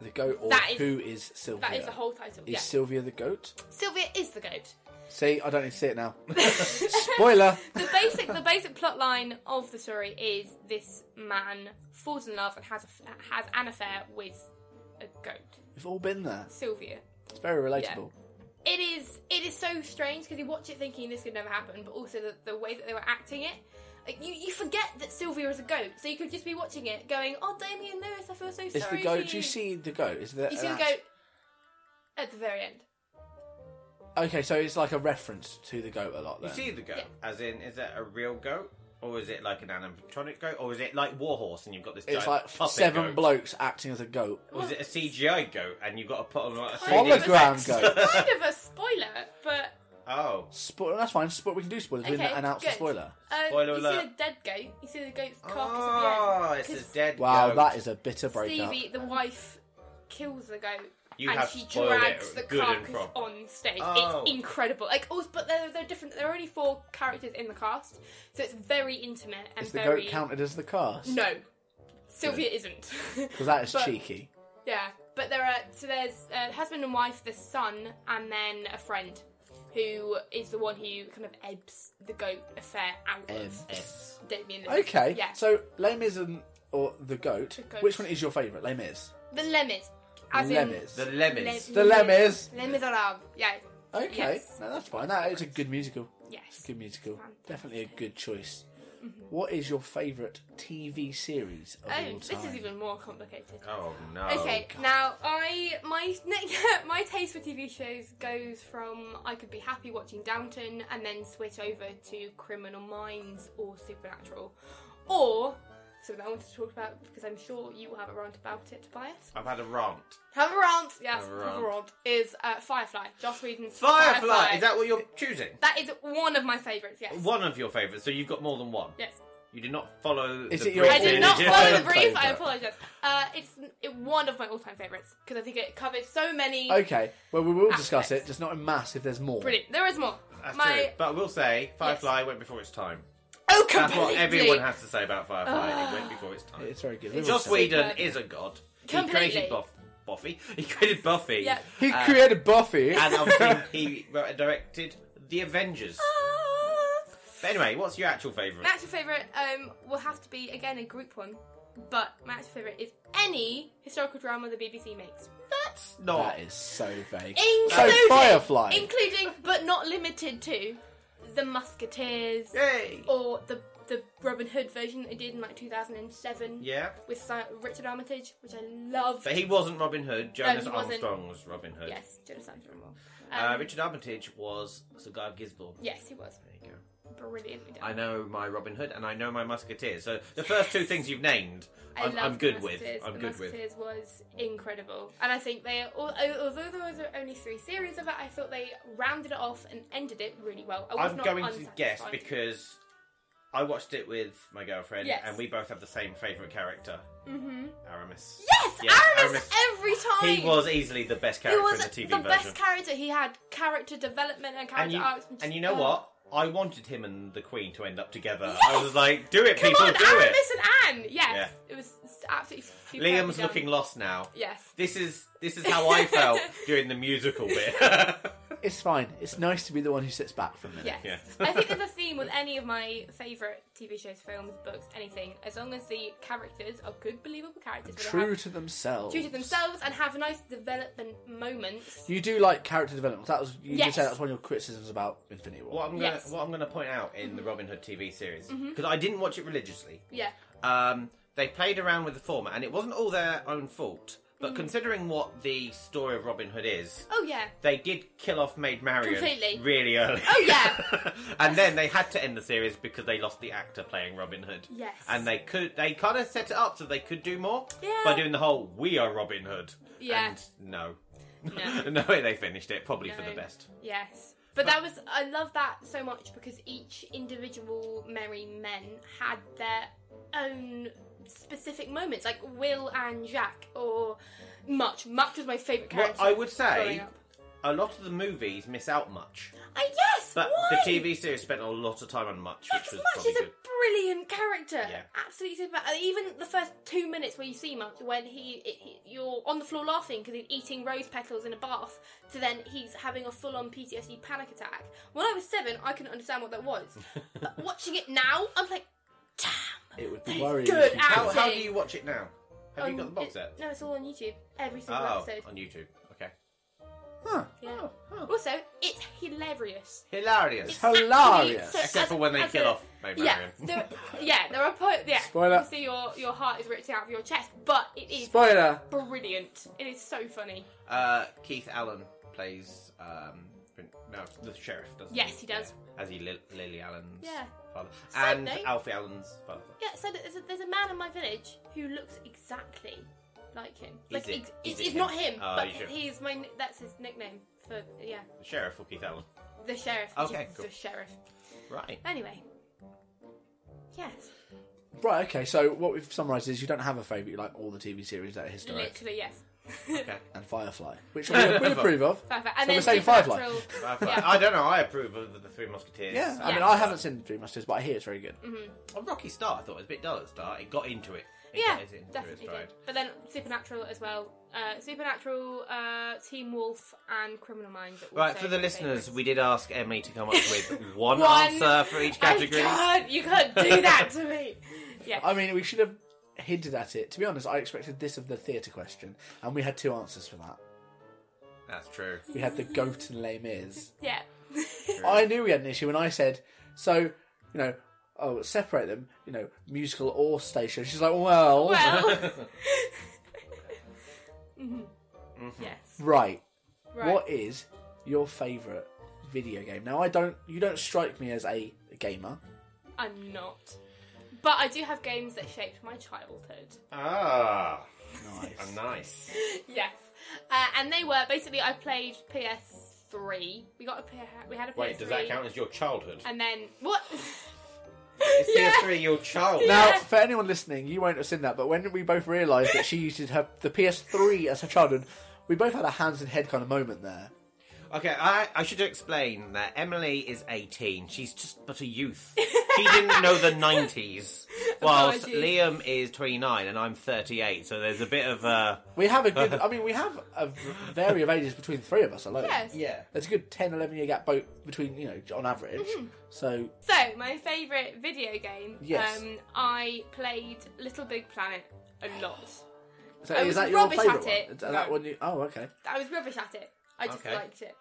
A: the goat, or
C: that is-
A: who is Sylvia?
C: That is the whole title.
A: Is
C: yeah.
A: Sylvia the goat?
C: Sylvia is the goat.
A: See, I don't need to see it now. Spoiler.
C: The basic the basic plot line of the story is this man falls in love and has a, has an affair with a goat,
A: We've all been there.
C: Sylvia.
A: It's very relatable.
C: It is it is so strange because you watch it thinking this could never happen, but also the, the way that they were acting it. Like, You, you forget that Sylvia is a goat, so you could just be watching it going, Oh, Damien Lewis, I feel so
A: Is
C: sorry.
A: the
C: for
A: goat? Do you see the goat? Is there?
C: You see the
A: that's-
C: goat at the very end.
A: Okay, so it's like a reference to the goat a lot.
B: You
A: Then
B: see the goat,
C: Yeah.
B: as in, is that a real goat? Or is it like an animatronic goat? Or is it like Warhorse and you've got this
A: it's
B: giant
A: like
B: puppet
A: seven
B: goat?
A: blokes acting as a goat.
B: Or is it a CGI goat and you've got to put on like, a
C: Kind
B: 3D
C: of
A: Hologram
B: effects?
A: goat.
C: kind of a spoiler, but
B: Oh.
A: Spo- that's fine. Spo- we can do spoilers. we
C: Okay,
A: didn't announce the
C: good.
A: spoiler.
C: uh,
B: Spoiler
C: you
B: alert.
C: see the dead goat. You see the goat's carcass
A: Ah.
C: at
B: Oh,
C: the end.
B: it's a
C: 'cause
B: dead
A: Wow,
B: goat.
A: that is a bitter breakup.
C: Stevie, the wife, kills the goat.
B: You
C: and
B: have
C: she
B: spoiled
C: drags
B: it
C: the
B: good and
C: carcass
B: proper.
C: on stage.
B: Oh.
C: It's incredible. Like, also, but they're, they're different. There are only four characters in the cast, so it's very intimate and
A: Is the
C: very.
A: goat counted as the cast?
C: No, Sylvia isn't.
A: because that is
C: But-
A: cheeky.
C: Yeah, but there are so there's a husband and wife, the son, and then a friend, who is the one who kind of ebbs the goat affair out of
B: Yes.
C: Damien. Lewis.
A: Okay,
C: yeah.
A: so Les Mis and or the goat.
C: The goat.
A: Which one is your favourite? Les Mis.
C: The lemmies. As
A: Lemmies.
B: The
C: in
B: lemons.
A: The Lemmies.
C: Lemmies are love. Yeah.
A: Okay,
C: Yes.
A: no, that's fine. That, it's a good musical.
C: Yes.
A: Good musical.
C: Fantastic.
A: Definitely a good choice. What is your favourite TV series of
C: Oh,
A: all time?
C: this is even more complicated.
B: Oh no.
C: Okay, now I my my taste for TV shows goes from I could be happy watching Downton and then switch over to Criminal Minds or Supernatural, or something I want to talk about because I'm sure you will have a rant about it, Tobias.
B: I've had a rant.
C: Have a rant, yes,
B: Have
C: have
B: a
C: a
B: rant.
C: rant, is uh, Firefly, Joss Whedon's
B: Firefly. Is that what you're choosing?
C: that is one of my favourites. Yes,
B: One of your favourites. So you've got more than one.
C: yes.
B: You did not follow.
A: Is
B: the
A: it your
C: I did not
A: Yeah.
C: follow
A: Yeah.
C: the brief. I
A: Favourite.
C: apologise. Uh, it's it, one of my all-time favourites because I think it covers so many.
A: Okay, well, we will discuss it,
C: Aspects.
A: just not in mass if there's more.
C: Brilliant. There is more.
B: That's
C: my
B: true. But I will say, Firefly went before its time.
C: oh,
B: That's
C: completely.
B: what everyone has to say about Firefly. it went before its time.
A: It's very good.
C: It's
B: Joss
A: Joss
C: just we-
B: Whedon
C: Super.
B: is a god. He
C: Completely.
B: created Buff- Buffy. He created Buffy.
C: Yeah.
A: He
B: Uh,
A: created Buffy.
B: And obviously, he wrote and directed The Avengers. But anyway, what's your actual favourite?
C: Ah. My actual favourite um, will have to be again a group one, but my actual favourite is any historical drama the BBC makes,
B: That's not.
A: that is so vague.
C: including
A: Firefly.
C: including but not limited to the Musketeers
B: Yay!
C: or the the Robin Hood version that they did in like 2007
B: Yeah.
C: with Sir Richard Armitage, which I love.
B: But he wasn't Robin Hood. Jonas
C: he wasn't.
B: Armstrong was Robin Hood.
C: yes, Jonas Armstrong.
B: Uh,
C: Um,
B: Richard Armitage was Sir Guy Gisborne.
C: Yes, he was
B: There you go.
C: brilliantly done.
B: I know my Robin Hood and I know my Musketeers. So the first two things you've named,
C: I
B: I'm,
C: love
B: I'm good
C: the
B: with.
C: Musketeers.
B: I'm
C: the
B: good with.
C: Musketeers was incredible, and I think they, al- although there was only three series of it, I thought they rounded it off and ended it really well. I was
B: I'm
C: not
B: going to guess
C: unsatisfied.
B: because I watched it with my girlfriend,
C: Yes.
B: and we both have the same favourite character,
C: Mhm.
B: Aramis.
C: yes,
B: Yeah,
C: Aramis, every time.
B: He was easily the best
C: He
B: character
C: was
B: in the TV version.
C: best character. He had character development and character
B: and you,
C: arcs. just-
B: and you know
C: oh.
B: what? I wanted him and the Queen to end up together. I
C: Yes!
B: was like, do it,
C: Come
B: people,
C: on,
B: do
C: Aramis
B: it.
C: and Anne. Yes,
B: Yeah.
C: it was absolutely. superbly
B: Liam's
C: done.
B: looking lost now.
C: Yes.
B: This is this is how I felt during the musical bit.
A: It's fine. It's nice to be the one who sits back for a minute.
C: Yes.
B: Yeah.
C: I think there's a theme with any of my favourite TV shows, films, books, anything. As long as the characters are good, believable characters, where they
A: True
C: have-
A: to themselves.
C: true to themselves, and have nice development moments.
A: You do like character development. That was you did
C: Yes.
A: say that was one of your criticisms about Infinity War.
B: What I'm gonna
C: Yes. Mm-hmm.
B: what I'm gonna point out in the Robin Hood TV series because I didn't watch it religiously.
C: Yeah.
B: Um, they played around with the format, and it wasn't all their own fault.
C: Mm.
B: But considering what the story of Robin Hood is,
C: Oh yeah.
B: they did kill off Maid Marian
C: Completely.
B: really early.
C: Oh, yeah.
B: and then they had to end the series because they lost the actor playing Robin Hood.
C: Yes.
B: And they could they kind of set it up so they could do more
C: Yeah.
B: by doing the whole "We are Robin Hood."
C: Yeah.
B: And no.
C: No.
B: no way they finished it. Probably for the
C: No.
B: best.
C: Yes. But that was I love that so much because each individual merry men had their own specific moments, like Will and Jack, or Much. Much was my favourite
B: Well,
C: character.
B: I would say
C: growing up.
B: a lot of the movies miss out much,
C: Uh, yes,
B: but
C: why?
B: the TV series spent a lot of time on much, which
C: Because
B: was
C: Much
B: probably
C: is a
B: good.
C: brilliant character.
B: Yeah.
C: Absolutely super. and Even the first two minutes where you see Much, when he, he you're on the floor laughing because he's eating rose petals in a bath, to then he's having a full-on PTSD panic attack. When I was seven, I couldn't understand what that was. but watching it now, I'm like, damn.
A: It would be worrying.
C: good
A: if you
B: How,
A: couldn't.
B: how do
C: Acting.
B: you watch it now? Have you
C: On-
B: got the box
C: Um, it-
B: set?
C: No, it's all on YouTube. Every single
B: Oh,
C: episode.
B: on YouTube. Okay.
A: Huh.
C: Yeah.
B: Oh.
C: Also, it's hilarious.
B: Hilarious.
C: It's actually
A: Hilarious.
B: Except
C: as-
B: for when they
C: as
B: kill
C: a-
B: off Maid
C: Yeah,
B: Marian.
C: there, yeah, there are po- yeah.
A: Spoiler.
C: You see your your heart is ripped out of your chest, but it is
A: Spoiler.
C: brilliant. It is so funny.
B: Uh, Keith Allen plays um, Prin- no the sheriff, doesn't he?
C: Yes, he does.
B: Yeah. As he Lil- Lily Allen's
C: Yeah.
B: father,
C: Same
B: and
C: name.
B: Alfie Allen's father.
C: Yeah, so there's a, there's a man in my village who looks exactly like him. Like
B: it-
C: ex-
B: is
C: it's,
B: it
C: it's
B: him?
C: not him,
B: Oh,
C: but
B: you sure?
C: he's my ni- that's his nickname for yeah
B: The sheriff or Keith Allen.
C: the sheriff. which
B: Okay,
C: is
B: cool.
C: the sheriff.
B: Right.
C: Anyway, yes,
A: Right, okay, so what we've summarised is you don't have a favourite, you like all the TV series that are historic.
C: literally yes.
B: Okay.
A: And Firefly, which we, we approve of.
C: Perfect. And
A: So
C: then
A: we're saying
C: Supernatural-
A: Firefly.
B: I- I don't know. I approve of the Three Musketeers.
A: Yeah, I
C: Yeah.
A: mean, I haven't seen Three Musketeers, but I hear it's very good.
C: Mm-hmm.
B: A rocky start. I thought it was a bit dull at the start. It got into it. it
C: yeah,
B: got into
C: definitely
B: its
C: did.
B: stride.
C: But then Supernatural as well. Uh, Supernatural, uh, Team Wolf, and Criminal Minds. are
B: Right,
C: also
B: for the
C: my
B: listeners,
C: favourites.
B: we did ask Emily to come up with one,
C: One.
B: answer for each category.
C: I can't, you can't do that to me. Yeah.
A: I mean, we should have hinted at it. To be honest, I expected this of the theatre question, and we had two answers for that.
B: That's true.
A: We had the goat and lame is.
C: yeah.
A: I knew we had an issue when I said, so, you know, oh, separate them, you know, musical or station. She's like, well,
C: well. Mhm.
B: Mm-hmm.
C: Yes.
A: right.
C: Right.
A: What is your favourite video game? Now, I don't, you don't strike me as a gamer.
C: I'm not. But I do have games that shaped my childhood.
B: Ah,
A: Nice.
B: I'm nice.
C: Yes. Uh, and they were basically I played PS3. We got a P- we had a PS3.
B: Wait, does that count as your childhood?
C: And then what?
B: Is
C: Yeah.
B: PS3 your childhood?
A: Now,
C: Yeah.
A: for anyone listening, you won't have seen that, but when we both realised that she used her the PS3 as her childhood, we both had a hands and head kind of moment there.
B: Okay, I, I should explain that Emily is 18. She's just but a youth. She didn't know the 90s. Whilst
C: Apologies.
B: Liam is 29 and I'm 38, so there's a bit of a.
A: We have a good, I mean, we have a vary of ages between the three of us alone.
C: Yes.
B: Yeah.
A: There's a good 10, 11 year gap both between, you know, on average.
C: Mm-hmm.
A: So,
C: So, my favourite video game.
A: Yes.
C: Um, I played Little Big Planet a lot.
A: so
C: I
A: is
C: was
A: that your
C: rubbish
A: favourite
C: at it.
A: one? Is that
C: No.
A: one you, oh, okay.
C: I was rubbish at it. I just
B: Okay.
C: liked it.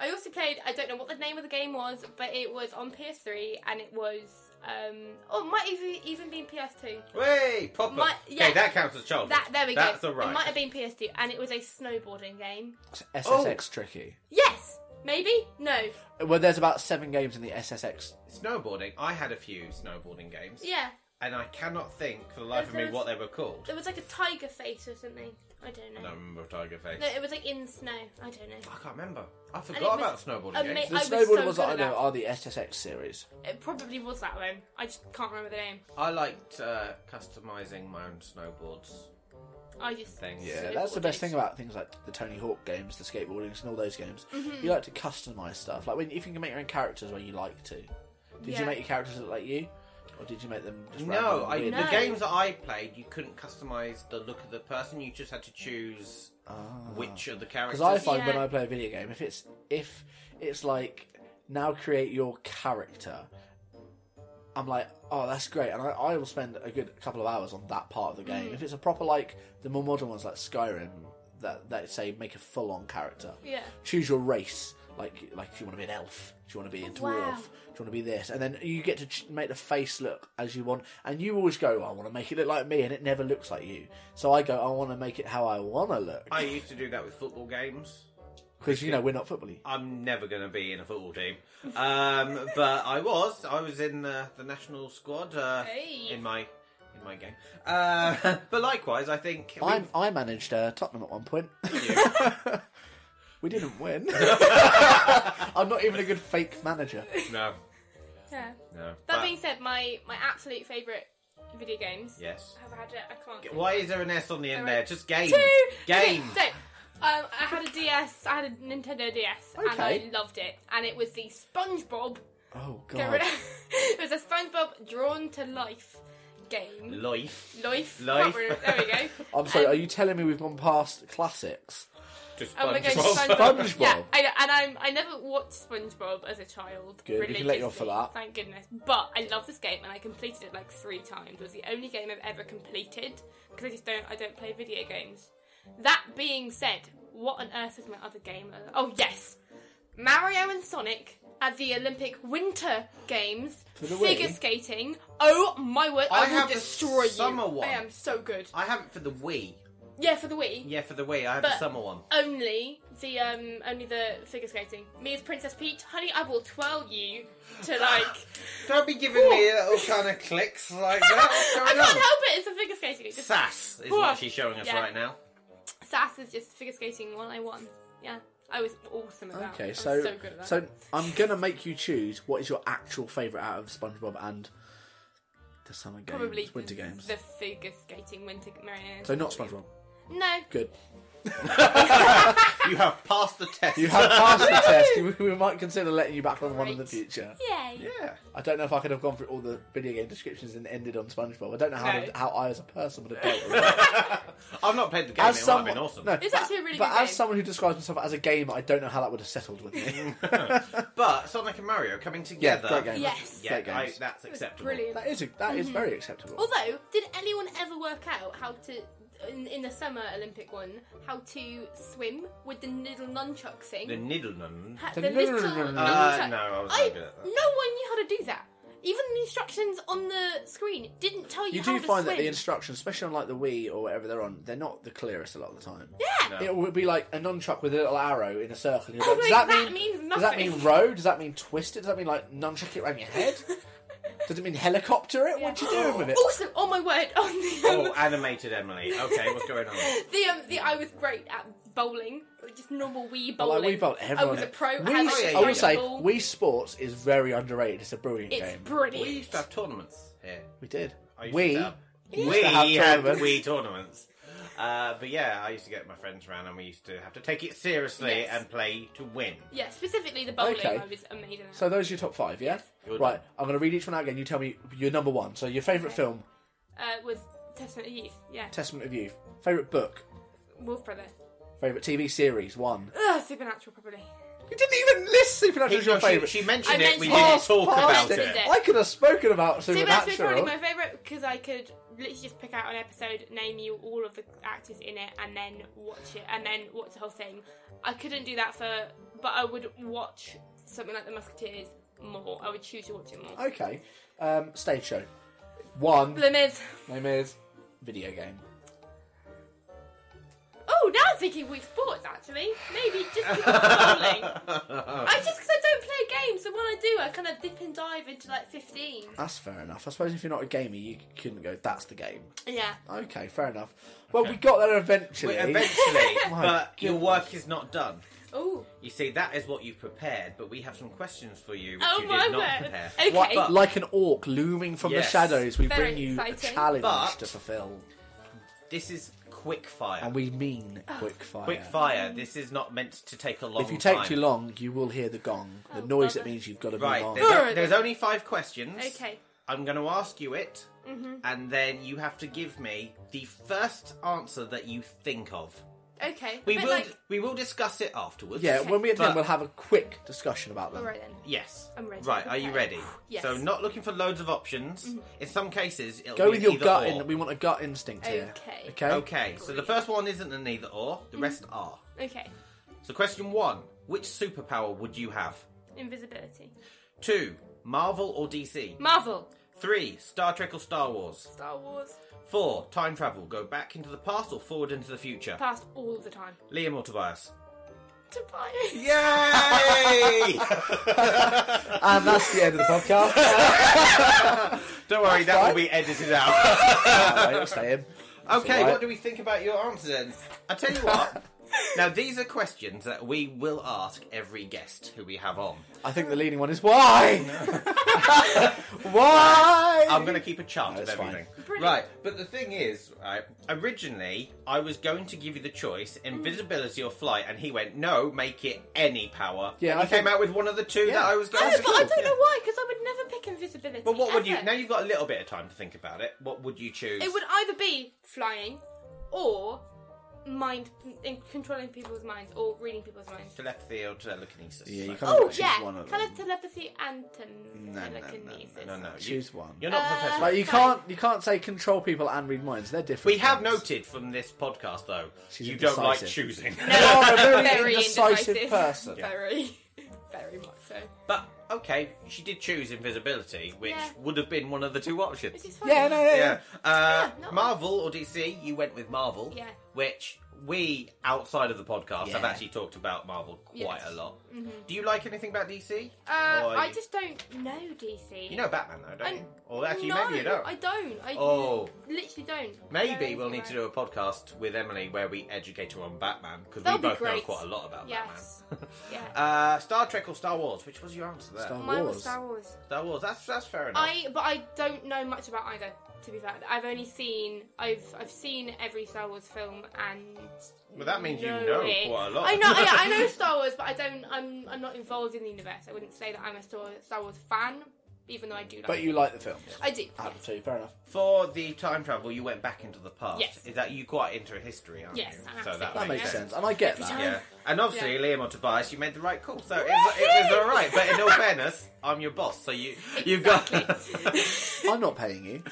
C: I also played. I don't know what the name of the game was, but it was on PS3 and it was. Um, oh, it might even even been PS2.
B: Way proper.
C: My- yeah.
B: Okay, that counts as childhood.
C: That there we
B: That's
C: go.
B: all right.
C: It might have been PS2, and it was a snowboarding game.
A: It's SSX tricky.
C: Yes, maybe no.
A: Well, there's about seven games in the SSX.
B: Snowboarding. I had a few snowboarding games,
C: Yeah,
B: and I cannot think for the life of me what they were called.
C: there was like a tiger face or something. I don't
B: I
C: know.
B: don't remember Tiger Face.
C: No, it was like in snow. I don't know.
B: I can't remember. I
C: And it
B: forgot
C: was
B: about the snowboarding
C: ama-
B: games.
A: The
C: I was
A: snowboard
C: so
A: ones that I
C: good at
A: know
C: that.
A: are the SSX series.
C: It probably was that one. I just can't remember the name.
B: I liked uh, customizing my own snowboards.
C: I just
B: Things.
A: Yeah,
C: Snowboarded.
A: that's the best thing about things like the Tony Hawk games, the skateboardings, and all those games.
C: Mm-hmm.
A: You like to customize stuff. Like when if you can make your own characters where you like to. Did
C: Yeah.
A: you make your characters look like you? or did you make them just
B: No,
A: random and
B: I,
A: weird?
B: the
C: No.
B: games that I played, you couldn't customize the look of the person. You just had to choose
A: Ah.
B: which of the characters.
A: Because I find when
C: Yeah.
A: I play a video game, if it's if it's like now create your character, I'm like, oh, that's great, and I, I will spend a good couple of hours on that part of the
C: Mm.
A: game. If it's a proper like the more modern ones like Skyrim, that that say make a full on character,
C: Yeah.
A: choose your race. Like, like, do you want to be an elf? Do you want to be a dwarf?
C: wow.
A: Do you want to be this? And then you get to ch- make the face look as you want. And you always go, I want to make it look like me, and it never looks like you. So I go, I want to make it how I want to look.
B: I used to do that with football games.
A: Because you know we're not footbally.
B: I'm never going to be in a football team, um, but I was. I was in the, the national squad uh,
C: Hey.
B: in my in my game. Uh, but likewise, I think we-
A: I I managed uh, Tottenham at one point. we didn't win. I'm not even a good fake manager.
B: no,
C: Yeah.
B: no.
C: That
B: but-
C: being said, my my absolute favourite video games.
B: yes.
C: Have I had it? I can't.
B: Why is there an S on the end
C: Alright.
B: there? Just games.
C: Two
B: Games.
C: Okay, so um, I had a DS. I had a Nintendo DS, and
A: Okay.
C: I loved it. And it was the SpongeBob.
A: Oh
C: Get rid
A: god.
C: of- it was a SpongeBob drawn to life game.
B: Life.
C: Life.
B: Life.
C: Got rid of- There we go.
A: I'm sorry. Are you telling me we've gone past classics?
B: Just
C: Oh my god,
B: SpongeBob.
A: SpongeBob.
C: SpongeBob. Yeah, I, know, and I'm, I never watched SpongeBob as a child.
A: Good, we can let you off for
C: religiously,
A: that.
C: Thank goodness. But I love this game, and I completed it like three times. It was the only game I've ever completed because I just don't. I don't play video games. That being said, what on earth is my other game? Oh yes, Mario and Sonic at the Olympic Winter Games.
A: the
C: Figure
A: Wii?
C: skating. Oh my word! I,
B: I
C: will
B: have the
C: destroy you.
B: summer one.
C: I am so good.
B: I have it for the Wii.
C: Yeah, for the Wii.
B: Yeah, for the Wii. I have the
C: But-
B: summer one.
C: Only the um, only the figure skating. Me as Princess Peach, honey, I will twirl you to like.
B: Don't be giving me little kind of clicks like that. What's
C: I
B: going
C: can't
B: on?
C: help it. It's a figure skating. It's just,
B: Sass is
C: Whoa.
B: what she's showing us
C: Yeah.
B: right now.
C: sass is just figure skating 101. Yeah, I was awesome at that. I
A: Okay,
C: was
A: so
C: so good at that.
A: so I'm gonna make you choose what is your actual favourite out of SpongeBob and the summer games,
C: probably
A: winter
C: the,
A: games.
C: The figure skating winter Marion.
A: So not SpongeBob.
C: No,
A: Good.
B: You have passed the test.
A: You have passed the test. We, we might consider letting you back on one in the
C: Great.
A: future.
C: yay.
B: Yeah.
A: I don't know if I could have gone through all the video game descriptions and ended on SpongeBob. I don't know how,
C: No.
A: how I as a person would have dealt with that.
B: I've not played the game.
A: as
B: it
A: someone,
B: would have been awesome.
A: no,
C: It's
A: but-
C: actually a really
A: But
C: good
A: as
C: game.
A: someone who describes himself as a gamer, I don't know how that would have settled with me.
B: But Sonic and Mario coming
A: yeah,
B: together.
A: great game.
C: Yes.
B: Yeah,
A: Great
B: I,
A: games.
B: that's
C: It was
B: acceptable.
C: brilliant.
A: that is a, that is very acceptable.
C: Although, did anyone ever work out how to, in, in the summer Olympic one, how to swim with the little nunchuck thing?
B: The Niddlenum.
C: Ha-
A: The
C: the,
A: little
C: little
A: nunchuck.
B: Uh,
C: nunchuck.
B: no, I was
C: I,
B: not good at
C: no
B: that.
C: one knew how to do that. Even the instructions on the screen didn't tell you,
A: you
C: how
A: do
C: to
A: find
C: swim.
A: that the instructions, especially on like the Wii or whatever they're on, they're not the clearest a lot of the time.
C: yeah.
B: No.
A: It would be like a nunchuck with a little arrow in a circle. And
C: I
A: you're
C: was
A: like, does
C: like,
A: that mean
C: means
A: does
C: nothing.
A: that mean row? Does that mean twist it? Does that mean like nunchuck it around your head? does it mean helicopter it? What you doing with it?
C: Also, oh my word, on the
B: Oh,
C: um,
B: animated Emily. Okay, what's going on?
C: the, um, the I was great at bowling, just normal wee
A: But,
C: bowling.
A: Like we bowl everyone.
C: I was a pro.
A: We,
C: I, had,
A: s-
C: like,
A: I
C: a
A: will
C: giant
A: say,
C: ball.
A: Wii Sports is very underrated. It's a brilliant
C: it's
A: game.
C: brilliant.
B: We used to have tournaments here.
A: we did.
B: I used to
A: We
B: set up-
A: used
B: we
A: to have
B: had
A: tournaments.
B: Wii tournaments. Uh, but yeah, I used to get my friends around and we used to have to take it seriously
C: Yes.
B: and play to win.
C: yeah, specifically the bowling.
A: Okay.
C: I was amazing at.
A: So those are your top five, yeah?
B: Good.
A: Right, I'm going to read each one out again. You tell me your number one. So your favourite film,
C: uh, was Testament of Youth. Yeah,
A: Testament of Youth. Favourite book,
C: Wolf Brother.
A: favourite TV series, one.
C: Ugh, Supernatural, probably.
A: You didn't even list Supernatural as your
B: She-
A: favourite.
B: She, mentioned
C: I
B: it, we
C: mentioned
B: didn't
C: it.
B: talk
A: Past
B: about it.
C: Mentioned it.
A: I could have spoken about
C: Supernatural is probably
A: Supernatural.
C: my favourite because I could literally just pick out an episode, name you all of the actors in it, and then watch it, and then watch the whole thing. I couldn't do that for, but I would watch something like The Musketeers more. I would choose to watch it more.
A: Okay, um, stage show. One.
C: The Miz.
A: Name is video game.
C: Oh, now I'm thinking weak sports actually. Maybe just because of bowling. I just because I don't play games, so when I do, I kind of dip and dive into like 15.
A: That's fair enough. I suppose if you're not a gamer, you couldn't go. That's the game.
C: Yeah.
A: Okay, fair enough. Well, we got there eventually.
B: But eventually,
A: My
B: but your
A: goodness.
B: work is not done.
C: Oh.
B: You see, that is what you prepared, but we have some questions for you which
C: Oh
B: you
C: my
B: did not
C: word. Oh.
B: prepare.
C: Okay.
A: What-
C: But-
A: like an orc looming from the
B: Yes.
A: shadows, we
C: Very
A: bring you
C: exciting.
A: a challenge
B: But-
A: to fulfill,
B: This is quick fire.
A: and we mean quick fire.
B: quick fire. This is not meant to take a long time.
A: If you take too long, you will hear the gong, the
C: Oh,
A: noise that
C: bother.
A: means you've got to move
B: Right,
A: on.
B: there's,
C: Alright
B: there's
C: then.
B: only five questions.
C: Okay.
B: I'm going to ask you it,
C: hmm
B: and then you have to give me the first answer that you think of.
C: Okay.
B: We
C: but
B: will
C: like,
B: we will discuss it afterwards.
A: Yeah, when we get to them,
B: But-
A: we'll have a quick discussion about them.
C: all right then.
B: Yes.
C: I'm ready.
B: Right, are you
C: Okay.
B: ready?
C: Yes. Mm-hmm.
B: So not looking for loads of options. In some cases, it'll
A: Go
B: be
A: with your
B: either
A: gut.
B: or.
A: In, we want a gut instinct here.
C: Okay.
A: Okay.
B: Okay, so the first one isn't an either or.
C: Mm-hmm.
B: The rest are.
C: Okay.
B: So question one: Which superpower would you have?
C: Invisibility.
B: Two: Marvel or DC?
C: Marvel.
B: Three: Star Trek or Star Wars?
C: Star Wars.
B: Four: Time travel. Go back into the past or forward into the future?
C: Passed all the time.
B: Liam or Tobias?
C: Tobias.
B: Yay!
A: And that's the end of the podcast.
B: Don't worry, that will be edited out.
A: Can't wait, stay in.
B: Okay,
A: alright.
B: what do we think about your answers then? I tell you what. now these are questions that we will ask every guest who we have on.
A: I think the leading one is why. why?
B: I'm going to keep a chart of
A: that's fine.
B: everything.
C: Brilliant.
B: Right, but the thing is, right, originally I was going to give you the choice invisibility or flight, and he went, no, make it any power.
A: Yeah,
B: and
A: I
B: he came
A: think-
B: out with one of the two
A: Yeah.
B: that I was going
C: I,
B: to
C: just got, I
B: choose.
C: don't know why, because I would never pick invisibility.
B: But what would you,
C: ever.
B: now you've got a little bit of time to think about it, what would you choose?
C: It would either be flying, or mind in controlling people's minds, or reading people's minds.
B: Telepathy or telekinesis?
A: Yeah, you
B: Like-
A: can't
C: Oh
A: choose
C: yeah,
A: one of
C: kind of
A: them.
C: telepathy and
A: no,
C: tem-
A: no, no,
C: telekinesis.
B: No, no, you-
A: Choose one.
B: You're not
C: Uh,
B: professional.
A: Like you
C: Fine.
A: can't you can't say control people and read minds. They're different.
B: We have
A: things.
B: noted from this podcast, though,
A: She's
B: you don't like
A: indecisive.
B: choosing.
A: You are a very,
C: Very
A: indecisive,
C: indecisive.
A: person.
C: Very, very much so.
B: but okay, she did choose invisibility, which
C: Yeah.
B: would have been one of the two options.
C: Which is fine.
A: Yeah, no, no,
B: Yeah,
A: yeah.
B: uh,
C: Yeah, no.
B: Marvel or DC? You went with Marvel.
C: Yeah.
B: Which we outside of the podcast have
A: Yeah.
B: actually talked about Marvel quite
C: Yes. Mm-hmm.
B: a lot. Do you like anything about DC?
C: Uh,
B: Or
C: I
B: you-
C: just don't know DC.
B: You know Batman though, don't
C: I-
B: you? Or actually,
C: no,
B: maybe you don't.
C: I don't. I
B: Oh.
C: literally don't.
B: Maybe
C: Very
B: we'll need to do
C: zero.
B: a podcast with Emily where we educate her on Batman because we
C: That'll be
B: both know
C: great.
B: quite a lot about
C: Yes.
B: Batman.
C: Yeah.
B: uh, Star Trek or Star Wars? Which was your answer there?
A: Star-
B: Star,
C: Mine was
A: Wars.
C: Star Wars.
B: Wars. That's that's fair enough.
C: I but I don't know much about either. To be fair, I've only seen I've I've seen every Star Wars film and.
B: Well, that means you know
C: it.
B: quite a lot.
C: I know, yeah, I know Star Wars, but I don't. I'm I'm not involved in the universe. I wouldn't say that I'm a Star Star Wars fan, even though I do. Like
A: But you like the films.
C: I do.
A: Ah,
C: yes.
A: so fair enough.
B: For the time travel, you went back into the past.
C: Yes.
B: Is that you quite into history? Aren't
C: Yes,
B: you?
C: I am.
B: so that,
A: That
C: Makes
A: makes
C: sense.
A: sense. And I get
C: Every
A: that.
C: time.
B: Yeah, and obviously
C: Yeah.
B: Liam or Tobias, you made the right call, so it was, it was all right. But in all fairness, I'm your boss, so you you've got.
A: I'm not paying you.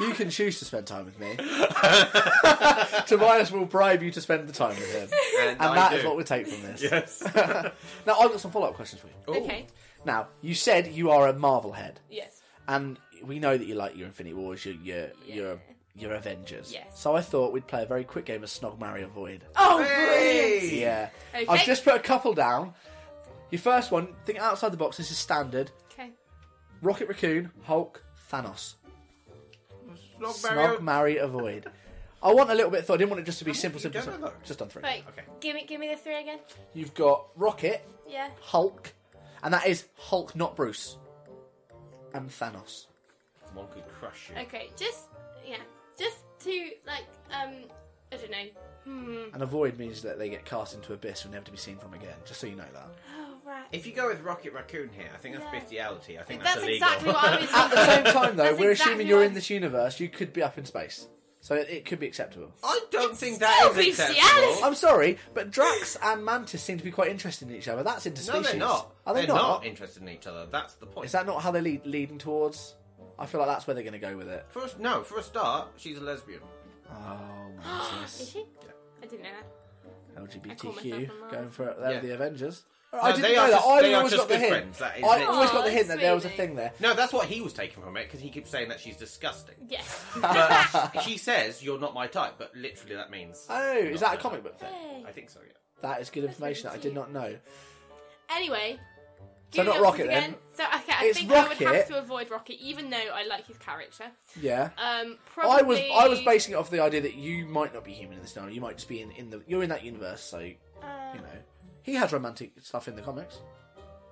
A: you can choose to spend time with me. Tobias will bribe you to spend the time with him.
B: and
A: And
B: I
A: that
B: do.
A: is what we take from this.
B: Yes.
A: Now, I've got some follow up questions for you.
B: Ooh.
C: Okay.
A: Now, you said you are a Marvel head,
C: Yes.
A: and we know that you like your Infinity Wars, your your
C: Yeah.
A: your, your Avengers.
C: Yes.
A: So I thought we'd play a very quick game of Snog, Marry, Avoid.
C: Oh,
B: Hey!
C: brilliant.
A: Yeah.
C: Okay.
A: I've just put a couple down. Your first one, think outside the box, this is standard.
C: Okay.
A: Rocket Raccoon, Hulk, Thanos.
B: Snog Mario.
A: Snog, marry, avoid. I want a little bit of thought. I didn't want it just to be simple,
B: you
A: simple,
B: done
A: simple.
B: with those?
A: Just on three.
C: Right.
B: Okay.
C: Give me give me the three again.
A: You've got Rocket,
C: Yeah.
A: Hulk, and that is Hulk, not Bruce, and Thanos.
B: One could crush you.
C: Okay. Just yeah. Just to like um I don't know. Hmm.
A: And avoid means that they get cast into abyss and never to be seen from again. Just so you know that.
C: Oh right.
B: If you go with Rocket Raccoon here, I think that's
C: Yeah.
B: bestiality. I think that's,
C: That's
B: illegal.
C: exactly what I was
A: At the same
C: thinking.
A: time, though,
C: That's
A: we're
C: exactly
A: assuming you're
C: what
A: in this universe. You could be up in space, so it, it could be acceptable.
B: I don't think that
C: still
B: is acceptable.
C: bestiality.
A: I'm sorry, but Drax and Mantis seem to be quite interested in each other. That's interspecies.
B: No, they're not.
A: Are they
B: are
A: not?
B: interested in each other. That's the point.
A: Is that not how they're lead- leading towards? I feel like that's where they're going to go with it.
B: For us, no, for a start, she's a lesbian.
A: Oh,
C: Is
A: Mantis.
C: she? I didn't know that. I call myself a
A: LGBTQ
C: man.
A: going for it. They're
B: Yeah.
A: the Avengers.
B: No,
A: I didn't
B: they
A: know
B: are
A: that.
B: just-
A: I
B: they are
A: always
B: just
A: got the
B: good
A: hint.
B: friends, that is
A: I
B: it.
A: always got the
C: Aw,
A: hint that there was a
C: Oh, sweetie.
A: thing there.
B: No, that's what he was taking from it because he keeps saying that she's disgusting.
C: Yes.
A: Uh,
B: But she says you're not my type, but literally that means.
A: Oh, is
B: Not
A: that a
B: my
A: comic
B: type.
A: book thing?
C: Hey.
B: I think so. Yeah.
A: That is good information that I
C: really
A: did not know.
C: Anyway.
A: So
C: give me
A: not
C: the options
A: Rocket, then.
C: again. So okay, I
A: It's
C: think I would
A: Rocket.
C: have to avoid Rocket, even though I like his character.
A: Yeah.
C: Um, probably.
A: I was I was basing it off the idea that you might not be human in this scenario. You might just be in, in the you're in that universe, so you
C: Uh,
A: know. He has romantic stuff in the comics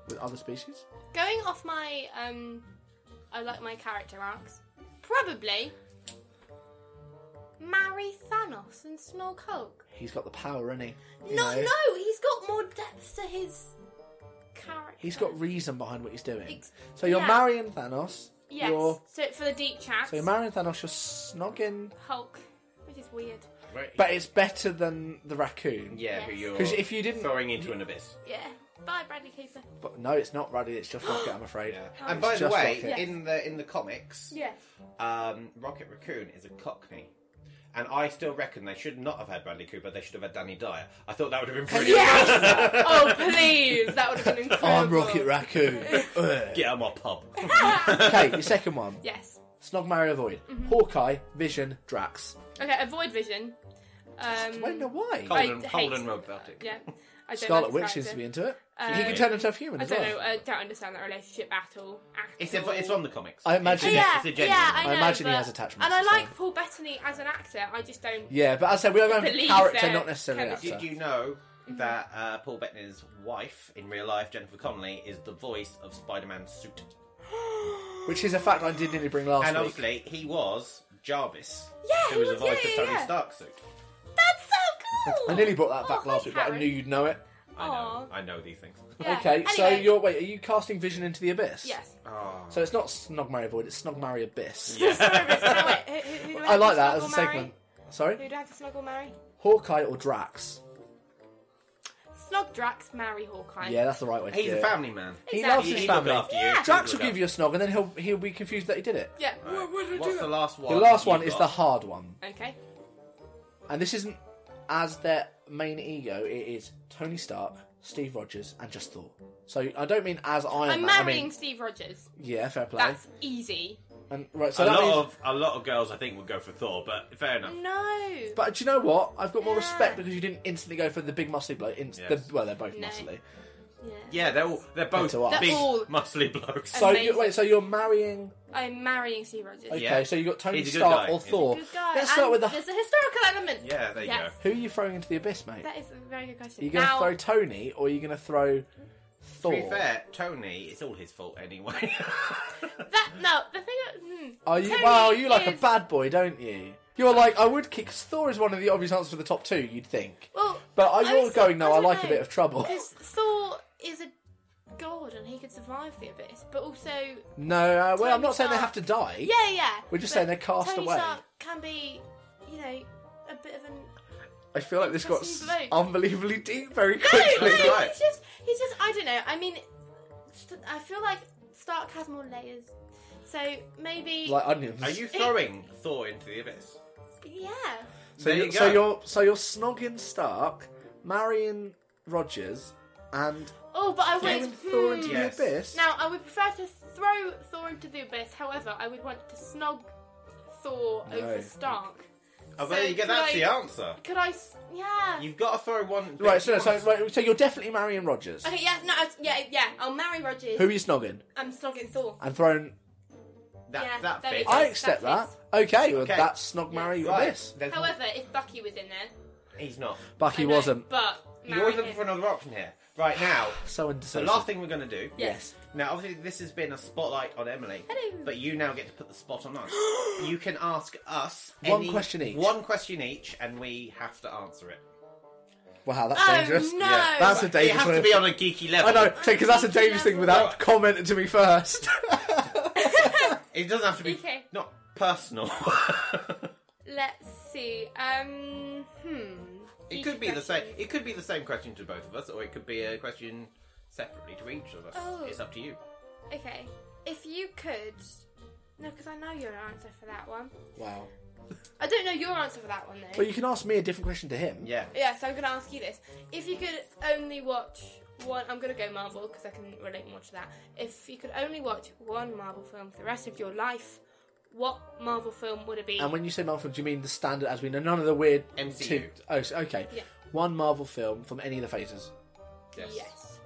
A: with other species.
C: Going off my um, I like my character arcs. Probably marry Thanos and Snog Hulk.
A: He's got the power, and he. You
C: No,
A: know?
C: no, he's got more depth to his character.
A: He's got reason behind what he's doing.
C: Ex-
A: so you're
C: yeah.
A: marrying Thanos.
C: Yes.
A: You're-
C: So for the deep chat,
A: So you're marrying Thanos, you're snogging.
C: Hulk, which is weird.
B: Right.
A: But it's better than the raccoon.
B: yeah, who
C: Yes.
B: you're
A: Because if you didn't.
B: throwing into an abyss.
C: Yeah. Bye, Bradley Cooper.
A: But no, it's not Ruddy, it's just Rocket, I'm afraid.
B: Yeah.
C: Oh.
B: And by
A: It's
B: the
A: just
B: way,
A: Rocket.
B: in the in the comics,
C: Yeah.
B: um, Rocket Raccoon is a Cockney. And I still reckon they should not have had Bradley Cooper. They should have had Danny Dyer. I thought that would have been brilliant.
C: Yes! oh please, that would have been incredible.
A: Oh, I'm Rocket Raccoon. Ugh.
B: Get out of my pub.
A: okay, your second one.
C: Yes.
A: Snog, marry, avoid.
C: Mm-hmm.
A: Hawkeye, Vision, Drax.
C: Okay. Avoid Vision. Um,
A: I don't know why.
B: Cold
C: I
B: and, cold
C: hate-
B: and robotic.
C: Yeah. I don't
A: Scarlet
C: like
A: Witch
C: character.
A: seems to be into it.
C: Uh,
A: he can turn himself human
C: I
A: as
C: don't
A: well.
C: know. I don't understand that relationship at all. At
B: It's,
C: all.
B: a, it's from the comics.
A: I imagine-
B: It's a-
C: yeah,
B: it's a genuine
C: yeah, I,
B: one.
C: know,
A: I imagine he
C: but-
A: has attachments
C: And I
A: to someone.
C: like Paul Bettany as an actor. I just don't.
A: Yeah, but I said we are going for
C: Believe
A: character,
C: their
A: not necessarily
C: chemistry.
A: actor.
B: Did you know that uh, Paul Bettany's wife in real life, Jennifer Connelly, is the voice of Spider-Man's suit?
A: Which is a fact I did nearly bring last
B: and
A: week.
B: obviously, he was Jarvis,
C: Yeah,
B: who
C: he
B: was the
C: was-
B: voice
C: yeah,
B: of
C: yeah,
B: Tony
C: yeah.
B: Stark's suit.
C: That's so cool.
A: I nearly brought that
C: Oh,
A: back last
C: hi,
A: week, but I
C: Karen.
A: knew you'd know it.
B: I know,
C: Aw.
B: I know these things.
C: Yeah.
A: Okay, so
C: Anyway,
A: you're wait, are you casting Vision into the abyss?
C: yes.
B: Oh.
A: So it's not Snog Marry Avoid, it's Snog Marry Abyss.
B: Yeah.
C: Sorry, but it's- no, wait, who- who- who do
A: I
C: have
A: like
C: to
A: that as a
C: smuggle marry?
A: segment. Sorry?
C: Who do I have to smuggle marry?
A: Hawkeye or Drax?
C: Snog Drax, marry Hawkeye.
A: Yeah, that's the right way to
B: He's
A: do
B: a
A: it.
B: family man.
A: He
C: Exactly.
A: loves
B: He,
A: his
B: he looked
A: family.
B: after you.
C: Yeah.
B: He
A: Drax will
B: looked
A: give you a snog, and then he'll he'll be confused that he did it.
C: Yeah.
B: after- Right. What's the last one?
A: The last
B: you
A: one is
B: got?
A: the hard one,
C: Okay.
A: Oh, and this isn't as their main ego. It is Tony Stark, Steve Rogers, and just Thor. So I don't mean as Iron
C: I'm
A: Man.
C: marrying
A: I mean,
C: Steve Rogers.
A: yeah, fair play.
C: That's easy.
A: And right, so
B: A
A: that
B: lot
A: means-
B: of a lot of girls, I think, would go for Thor, but fair enough.
C: No.
A: But do you know what? I've got more
C: Yeah.
A: respect because you didn't instantly go for the big muscly bloke. Inst-
B: Yes.
A: the, well, they're both
C: No.
A: muscly.
B: Yeah, they're all, they're both
A: They're
B: big,
C: all-
B: muscly blokes.
A: So you,
C: Amazing.
A: wait, so you're marrying?
C: I'm marrying Steve Rogers.
A: Okay,
B: Yeah.
A: so you got Tony
B: He's a good
A: Stark
B: guy.
A: or
B: He's a
A: Thor.
C: Good guy.
A: Let's start
C: And
A: with the.
C: There's a historical element.
B: Yeah, there you
C: Yes.
A: Who are you throwing into the abyss, mate?
C: That is a very good question.
A: Are you going to
C: now,
A: throw Tony or are you going to throw
B: go.
A: Thor?
B: To be fair, Tony, it's all his fault anyway.
C: that no, the thing. Hmm,
A: Are you?
C: Tony
A: Wow, you like a
C: is-
A: bad boy, don't you? You're like I would kick. 'cause Thor is one of the obvious answers for the top two. You'd think,
C: well,
A: but are
C: I
A: you all
C: was-
A: going? No,
C: I
A: I
C: don't
A: like a
C: know.
A: bit of trouble.
C: because Thor is a god and he could survive the abyss, but also
A: No, uh, well, I'm
C: Tony
A: not saying they have
C: Stark.
A: to die.
C: yeah, yeah.
A: We're just
C: but
A: saying they're cast
C: Tony
A: away.
C: Stark can be, you know, a bit of an.
A: I feel like this got
C: Interesting
A: s-
C: bloke.
A: unbelievably deep very
C: No,
A: quickly.
C: no,
B: That's right.
C: he's just he's just I don't know. I mean, st- I feel like Stark has more layers, so maybe
A: like onions.
B: Are you throwing Thor into the abyss?
C: yeah.
A: So,
B: There
A: you,
B: you go.
A: so you're so you're snogging Stark, marrying Rogers, and
C: Oh, but I
A: throwing
C: would.
A: Thor into
C: hmm.
B: Yes.
A: the abyss.
C: Now, I would prefer to throw Thor into the abyss. However, I would want to snog Thor
A: No.
C: over Stark.
B: Oh,
C: So
B: there you go.
C: could
B: That's
C: I-
B: the answer.
C: Could I? s- Yeah.
B: You've got to throw one.
A: right, so, so right, so you're definitely marrying Rogers.
C: Okay. Yeah. No. I, yeah. Yeah. I'll marry Rogers.
A: Who are you snogging
C: I'm snogging Thor.
A: and throwing?
B: that,
C: yeah,
B: that
C: there you
B: fits.
C: go.
A: I
C: Yes,
A: accept that.
C: that
A: Okay, well
B: Okay.
A: that's snog, marry
B: Right.
A: abyss.
B: there's-
C: However, if Bucky was in there,
B: he's not.
A: Bucky
C: I know,
A: wasn't
C: But
B: You're always
C: marry
B: looking
C: him.
B: for another option here. Right now,
A: so
B: the
A: indecisive.
B: last thing we're going to do.
C: Yes.
B: Now, obviously, this has been a spotlight on Emily,
C: Hello.
B: but you now get to put the spot on us. you can ask us
A: One
B: any-
A: question each.
B: One question each, and we have to answer it.
A: Wow, that's
C: Oh
A: dangerous.
C: no.
B: Yeah,
A: That's a
B: It
A: dangerous.
B: has
A: one.
B: to be on a geeky level.
A: I know, because that's a dangerous thing without
B: No.
A: commenting to me first.
B: It doesn't have to be
C: Okay.
B: not personal.
C: Let's see. Um. Hmm.
B: it
C: Easy
B: could be the same.
C: question.
B: It could be the same question to both of us, or it could be a question separately to each of us.
C: Oh.
B: It's up to you.
C: Okay. If you could. No, because I know your answer for that one.
A: wow.
C: I don't know your answer for that one though.
A: But you can ask me a different question to him.
B: Yeah.
C: Yeah, so I'm gonna ask you this: if you could only watch one, I'm gonna go Marvel because I can relate more to that. If you could only watch one Marvel film for the rest of your life, what Marvel film would it be?
A: And when you say Marvel, do you mean the standard as we know? None of the weird
B: MCU.
A: two- Oh, so- okay.
C: Yeah.
A: One Marvel film from any of the phases.
B: Yes.
C: Yes.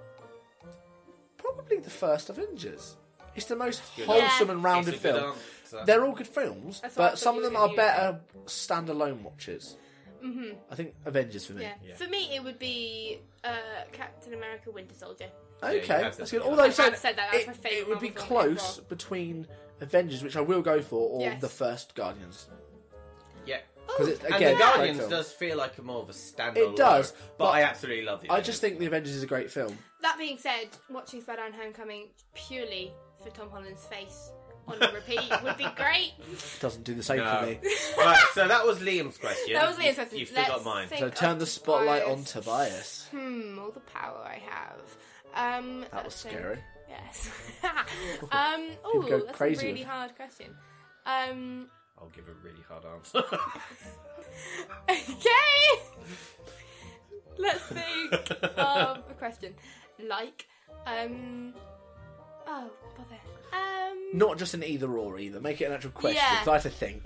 A: Probably the first Avengers. It's the most wholesome
C: Yeah.
A: and rounded
B: It's a good
A: film.
B: answer.
A: They're all good films,
C: That's what I
A: but
C: thought
A: some
C: you
A: of
C: were
A: them are
C: gonna
A: better standalone watches. Mm-hmm. I think Avengers for me.
C: Yeah.
B: Yeah.
C: For me, it would be uh, Captain America: Winter Soldier.
B: you
A: Okay,
B: have
A: that's
B: said
A: good.
B: that.
A: Although
B: I
C: have
A: saying
C: said that, that's
A: it,
C: my favourite
A: it would be
C: Marvel film
A: close
C: overall.
A: between Avengers, which I will go for, or
C: Yes.
A: the first Guardians,
B: Yeah.
A: because
C: Oh,
A: it's
B: And
A: again
B: the
A: great
B: Guardians
A: film.
B: does feel like a more of a standalone.
A: It does,
B: but,
A: but
B: I absolutely love it.
A: I just think the Avengers is a great film.
C: That being said, watching Spider-Man: Homecoming purely for Tom Holland's face on repeat would be great.
A: Doesn't do the same
B: No.
A: for me.
B: right, so that was Liam's question.
C: That was Liam's
B: You
C: question.
B: still got
C: Let's
B: mine.
C: think
A: So turn
C: of
A: the spotlight on
C: Tobias.
A: Tobias.
C: Hmm, all the power I have. Um,
A: That was
C: let's think.
A: scary.
C: Yes. um, oh,
A: go
C: that's
A: crazy
C: a really
A: with-
C: hard question. Um,
B: I'll give a really hard answer.
C: okay. Let's think of a question. Like, um, oh, bother. Um,
A: Not just an either or either. Make it an actual question.
C: Yeah.
A: Try to think.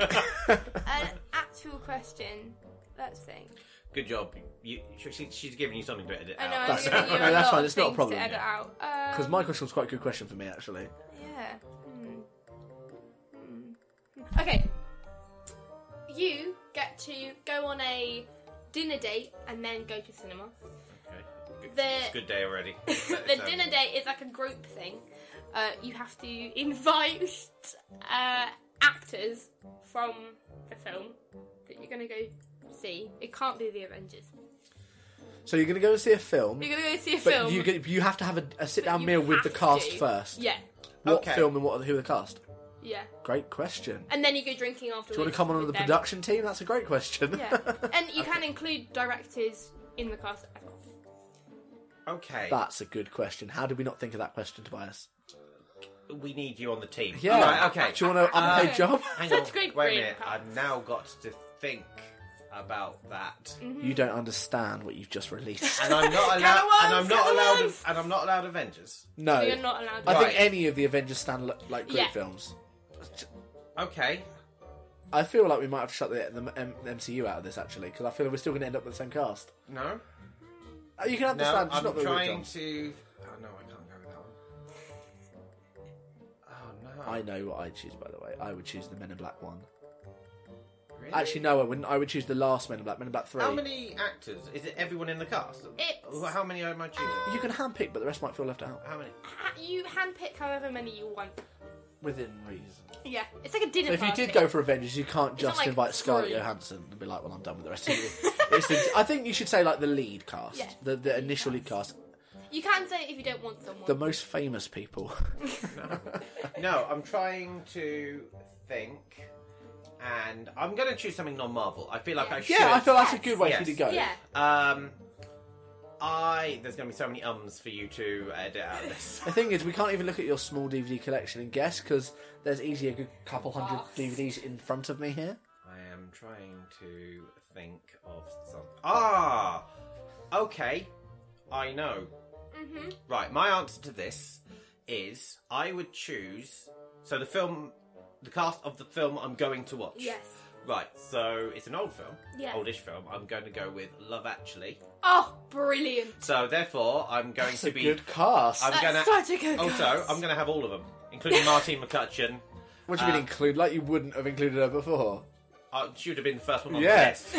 C: an actual question. Let's think.
B: Good job. You, she, she- she's giving you something to edit
C: I know
B: out.
A: That's-
C: I'm giving you
A: no,
C: a
A: that's
C: lot
A: fine,
C: of
A: it's not a
C: things
A: problem,
C: To edit out. Um,
A: Because my question was quite a good question for me, actually.
C: Yeah. Hmm. Hmm. Okay. You get to go on a dinner date and then go to cinema.
B: Okay. Good-
C: The-
B: It's a good day already.
C: the dinner date is like a group thing. Uh, you have to invite uh, actors from the film that you're going to go see. It can't be the Avengers.
A: So you're going to go and see a film,
C: You're going to go see a
A: but
C: film.
A: you get, you have to have a, a sit down
C: you
A: meal with the
C: have
A: cast
C: to.
A: first.
C: Yeah,
A: What
B: Okay.
A: film and what are- who are the cast?
C: yeah.
A: Great question.
C: And then you go drinking afterwards.
A: Do you want to come on
C: with
A: under the
C: them.
A: production team? That's a great question.
C: Yeah, and you can include directors in the cast. as well.
B: Okay.
A: That's a good question. How did we not think of that question, Tobias?
B: We need you on the team.
A: Yeah.
B: Right, okay.
A: Do you want an unpaid
C: Uh,
A: job?
B: Hang
C: Such
B: on. Wait a
C: great brain
B: minute.
C: power.
B: I've now got to think about that.
C: Mm-hmm.
A: You don't understand what you've just released.
B: And I'm not allowed. And I'm
C: Catalans,
B: not allowed.
C: Catalans!
B: And I'm not allowed Avengers.
A: No.
C: You're not allowed.
A: Oh. I
C: to-
B: Right.
A: think any of the Avengers stand lo- like group
C: Yeah.
A: films.
B: Okay.
A: I feel like we might have to shut the, the M- MCU out of this actually, because I feel we're still going to end up with the same cast.
B: No.
A: Uh, You can
B: No.
A: understand. it's not
B: I'm
A: the group
B: trying
A: films.
B: to. Oh no, I can't go with that one. Oh no.
A: I know what I'd choose, by the way. I would choose the Men in Black one.
B: Really?
A: Actually, no, I wouldn't. I would choose the last Men in Black. Men in Black three.
B: How many actors? Is it everyone in the cast?
C: It's-
B: How many am I choosing?
A: You can handpick, but the rest might feel left out.
B: How many?
C: Ha- You handpick however many you want.
A: Within reason.
C: Yeah, it's like a dinner.
A: So if you
C: party.
A: did go for Avengers, you can't
C: not
A: just
C: like
A: invite Scarlett
C: three.
A: Johansson and be like, "Well, I'm done with the rest of you." it's the, I think you should say like the lead cast,
C: Yes,
A: the the
C: lead
A: initial lead
C: cast.
A: cast,
C: you can say if you don't want someone.
A: the most famous people.
B: No, I'm trying to think, and I'm going to choose something non-Marvel. I feel like I should.
A: yeah, I feel that's a good way
B: Yes.
A: for you to go.
C: yeah,
B: Um, I there's going to be so many ums for you to edit out of this.
A: The thing is, we can't even look at your small DVD collection and guess because there's easily a good couple hundred
C: Vast.
A: DVDs in front of me here.
B: I am trying to think of some. Ah, okay, I know.
C: Mhm.
B: Right, my answer to this is I would choose. So the film, the cast of the film I'm going to watch.
C: yes.
B: Right, so it's an old film,
C: Yeah.
B: oldish film. I'm going to go with Love Actually.
C: Oh, brilliant!
B: So therefore, I'm going
A: That's
B: to
A: a
B: be
A: good cast.
B: I'm
C: That's
B: gonna
C: such a good.
B: also I'm going to have all of them, including Martine McCutcheon.
A: what do you mean
B: uh,
A: include? Like you wouldn't have included her before.
B: Uh, she would have been the first one on
A: Yeah.
B: the list.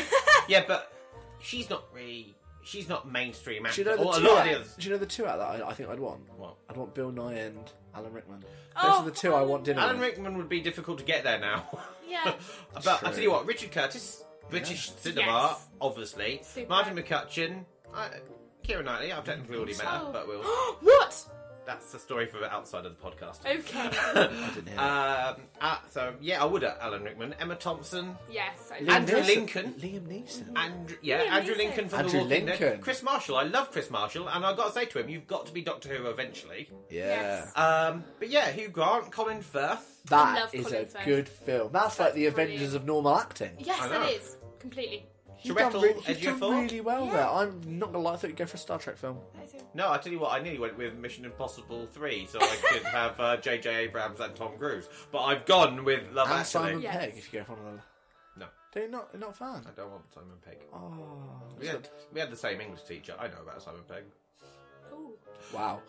B: yeah, but she's not really. She's not mainstream
A: Do
B: actor.
A: you know the
B: or a
A: two?
B: lot of
A: out-
B: the others.
A: do you know the two out that I, I think I'd want?
B: Well,
A: I'd want Bill Nye and Alan Rickman. Those
C: Oh,
A: are the two I want dinner.
B: Alan
A: with.
B: Rickman would be difficult to get there now.
C: yeah.
B: but I tell you what, Richard Curtis, British cinema,
C: Yes.
B: obviously.
C: Super.
B: Martin McCutcheon, I, Kira Knightley. I've technically already met her,
C: Oh.
B: but we'll.
C: what?
B: That's the story for outside of the podcast.
C: Okay.
A: didn't hear
B: Um, uh, so yeah, I would. Uh, Alan Rickman, Emma Thompson,
C: yes. I
A: Liam
B: Andrew
A: Neeson.
B: Lincoln. Mm-hmm.
A: Liam Neeson.
B: Andrew, yeah,
C: Liam
B: Andrew
C: Neeson.
B: Lincoln from
A: Andrew
B: The Walking
A: Lincoln.
B: Dead. Chris Marshall. I love Chris Marshall, and I've got to say to him, you've got to be Doctor Who eventually.
A: Yeah.
C: Yes.
B: Um, but yeah, Hugh Grant, Colin Firth.
C: I
A: That
C: love
A: is
C: Colin
A: a
C: Firth.
A: good film. That's, like the
C: brilliant.
A: Avengers of normal acting.
C: yes,
B: I
C: that
B: know.
C: is completely.
A: You've done,
B: Shirek Hall,
A: re- you've
B: Edgar
A: done
B: Ford.
A: really well
C: Yeah.
A: there. I'm not gonna lie, I thought you'd go for a Star Trek film.
C: that is a-
B: No, I tell you what, I nearly went with Mission Impossible three, so I could have uh, J.J. Abrams and Tom Cruise. But I've gone with Love
A: and
B: Actually.
A: Simon
C: Yes.
A: Pegg, if you go for one of them.
B: No.
A: Do you not, you're not a fan?
B: I don't want Simon Pegg.
A: Oh,
B: We had, we had the same English teacher. I know about Simon Pegg.
C: Ooh.
A: wow.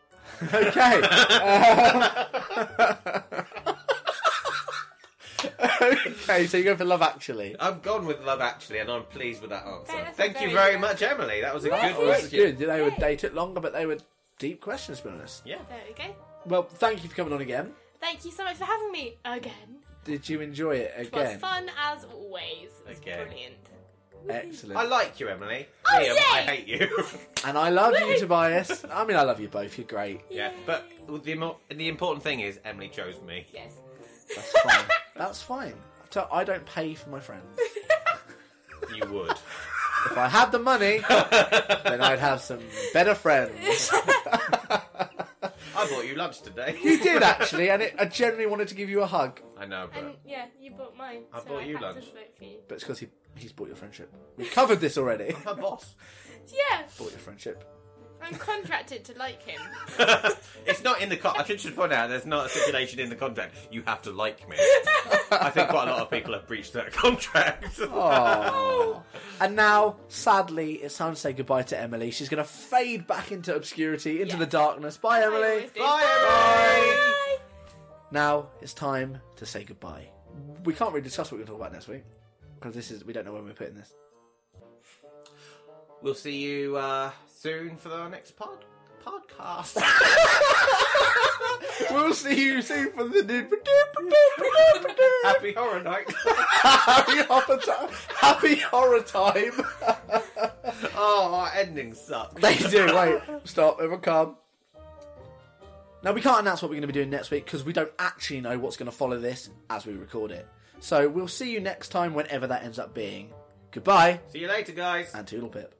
A: okay. um, okay, so you go for Love Actually.
B: I've gone with Love Actually, and I'm pleased with that answer.
C: Okay, that's
B: Thank
C: very
B: you very
C: good.
B: much, Emily. That was a
A: That
B: good
A: was
B: question.
A: good. They, were, they took longer, but they were deep questions, to be honest.
B: Yeah.
C: There we go.
A: Well, thank you for coming on again.
C: Thank you so much for having me again.
A: Did you enjoy it
C: It was
A: again?
C: fun as always. It was
B: Again.
C: brilliant.
A: Excellent.
B: I like you, Emily.
C: Oh,
B: Liam, I
C: yay!
B: hate you.
A: and I love you, Tobias. I mean, I love you both. You're great.
B: yeah,
C: Yay.
B: but the imo- the important thing is Emily chose me.
C: Yes.
A: That's fine. That's fine. So I don't pay for my friends.
B: You would.
A: If I had the money, then I'd have some better friends.
B: I bought you lunch today.
A: You did actually, and it, I genuinely wanted to give you a hug,
B: I know, but
C: And yeah, you bought mine.
B: I
C: so
B: bought you
C: had to
B: lunch.
C: vote for you.
A: but it's because he, he's bought your friendship. We covered this already.
B: her boss.
C: Yeah,
A: bought your friendship.
C: I'm contracted to like him.
B: it's not in the con- I should just point out there's not a stipulation in the contract. You have to like me. I think quite a lot of people have breached that contract.
A: Oh. And now, sadly, it's time to say goodbye to Emily. She's going to fade back into obscurity, into
C: Yeah.
A: the darkness. Bye,
C: I
A: Emily.
C: always do.
B: Bye, Emily.
C: Bye.
A: Now it's time to say goodbye. We can't really discuss what we're going to talk about next week because this is we don't know when we're putting this.
B: We'll see you uh, soon for the next pod podcast.
A: We'll see you soon for the
B: Happy horror night.
A: happy horror time. Happy horror time.
B: oh, our endings suck.
A: they do. Wait, stop. Everyone, calm. Now we can't announce what we're going to be doing next week because we don't actually know what's going to follow this as we record it. So we'll see you next time, whenever that ends up being. Goodbye
B: See you later, guys.
A: and toodle pip.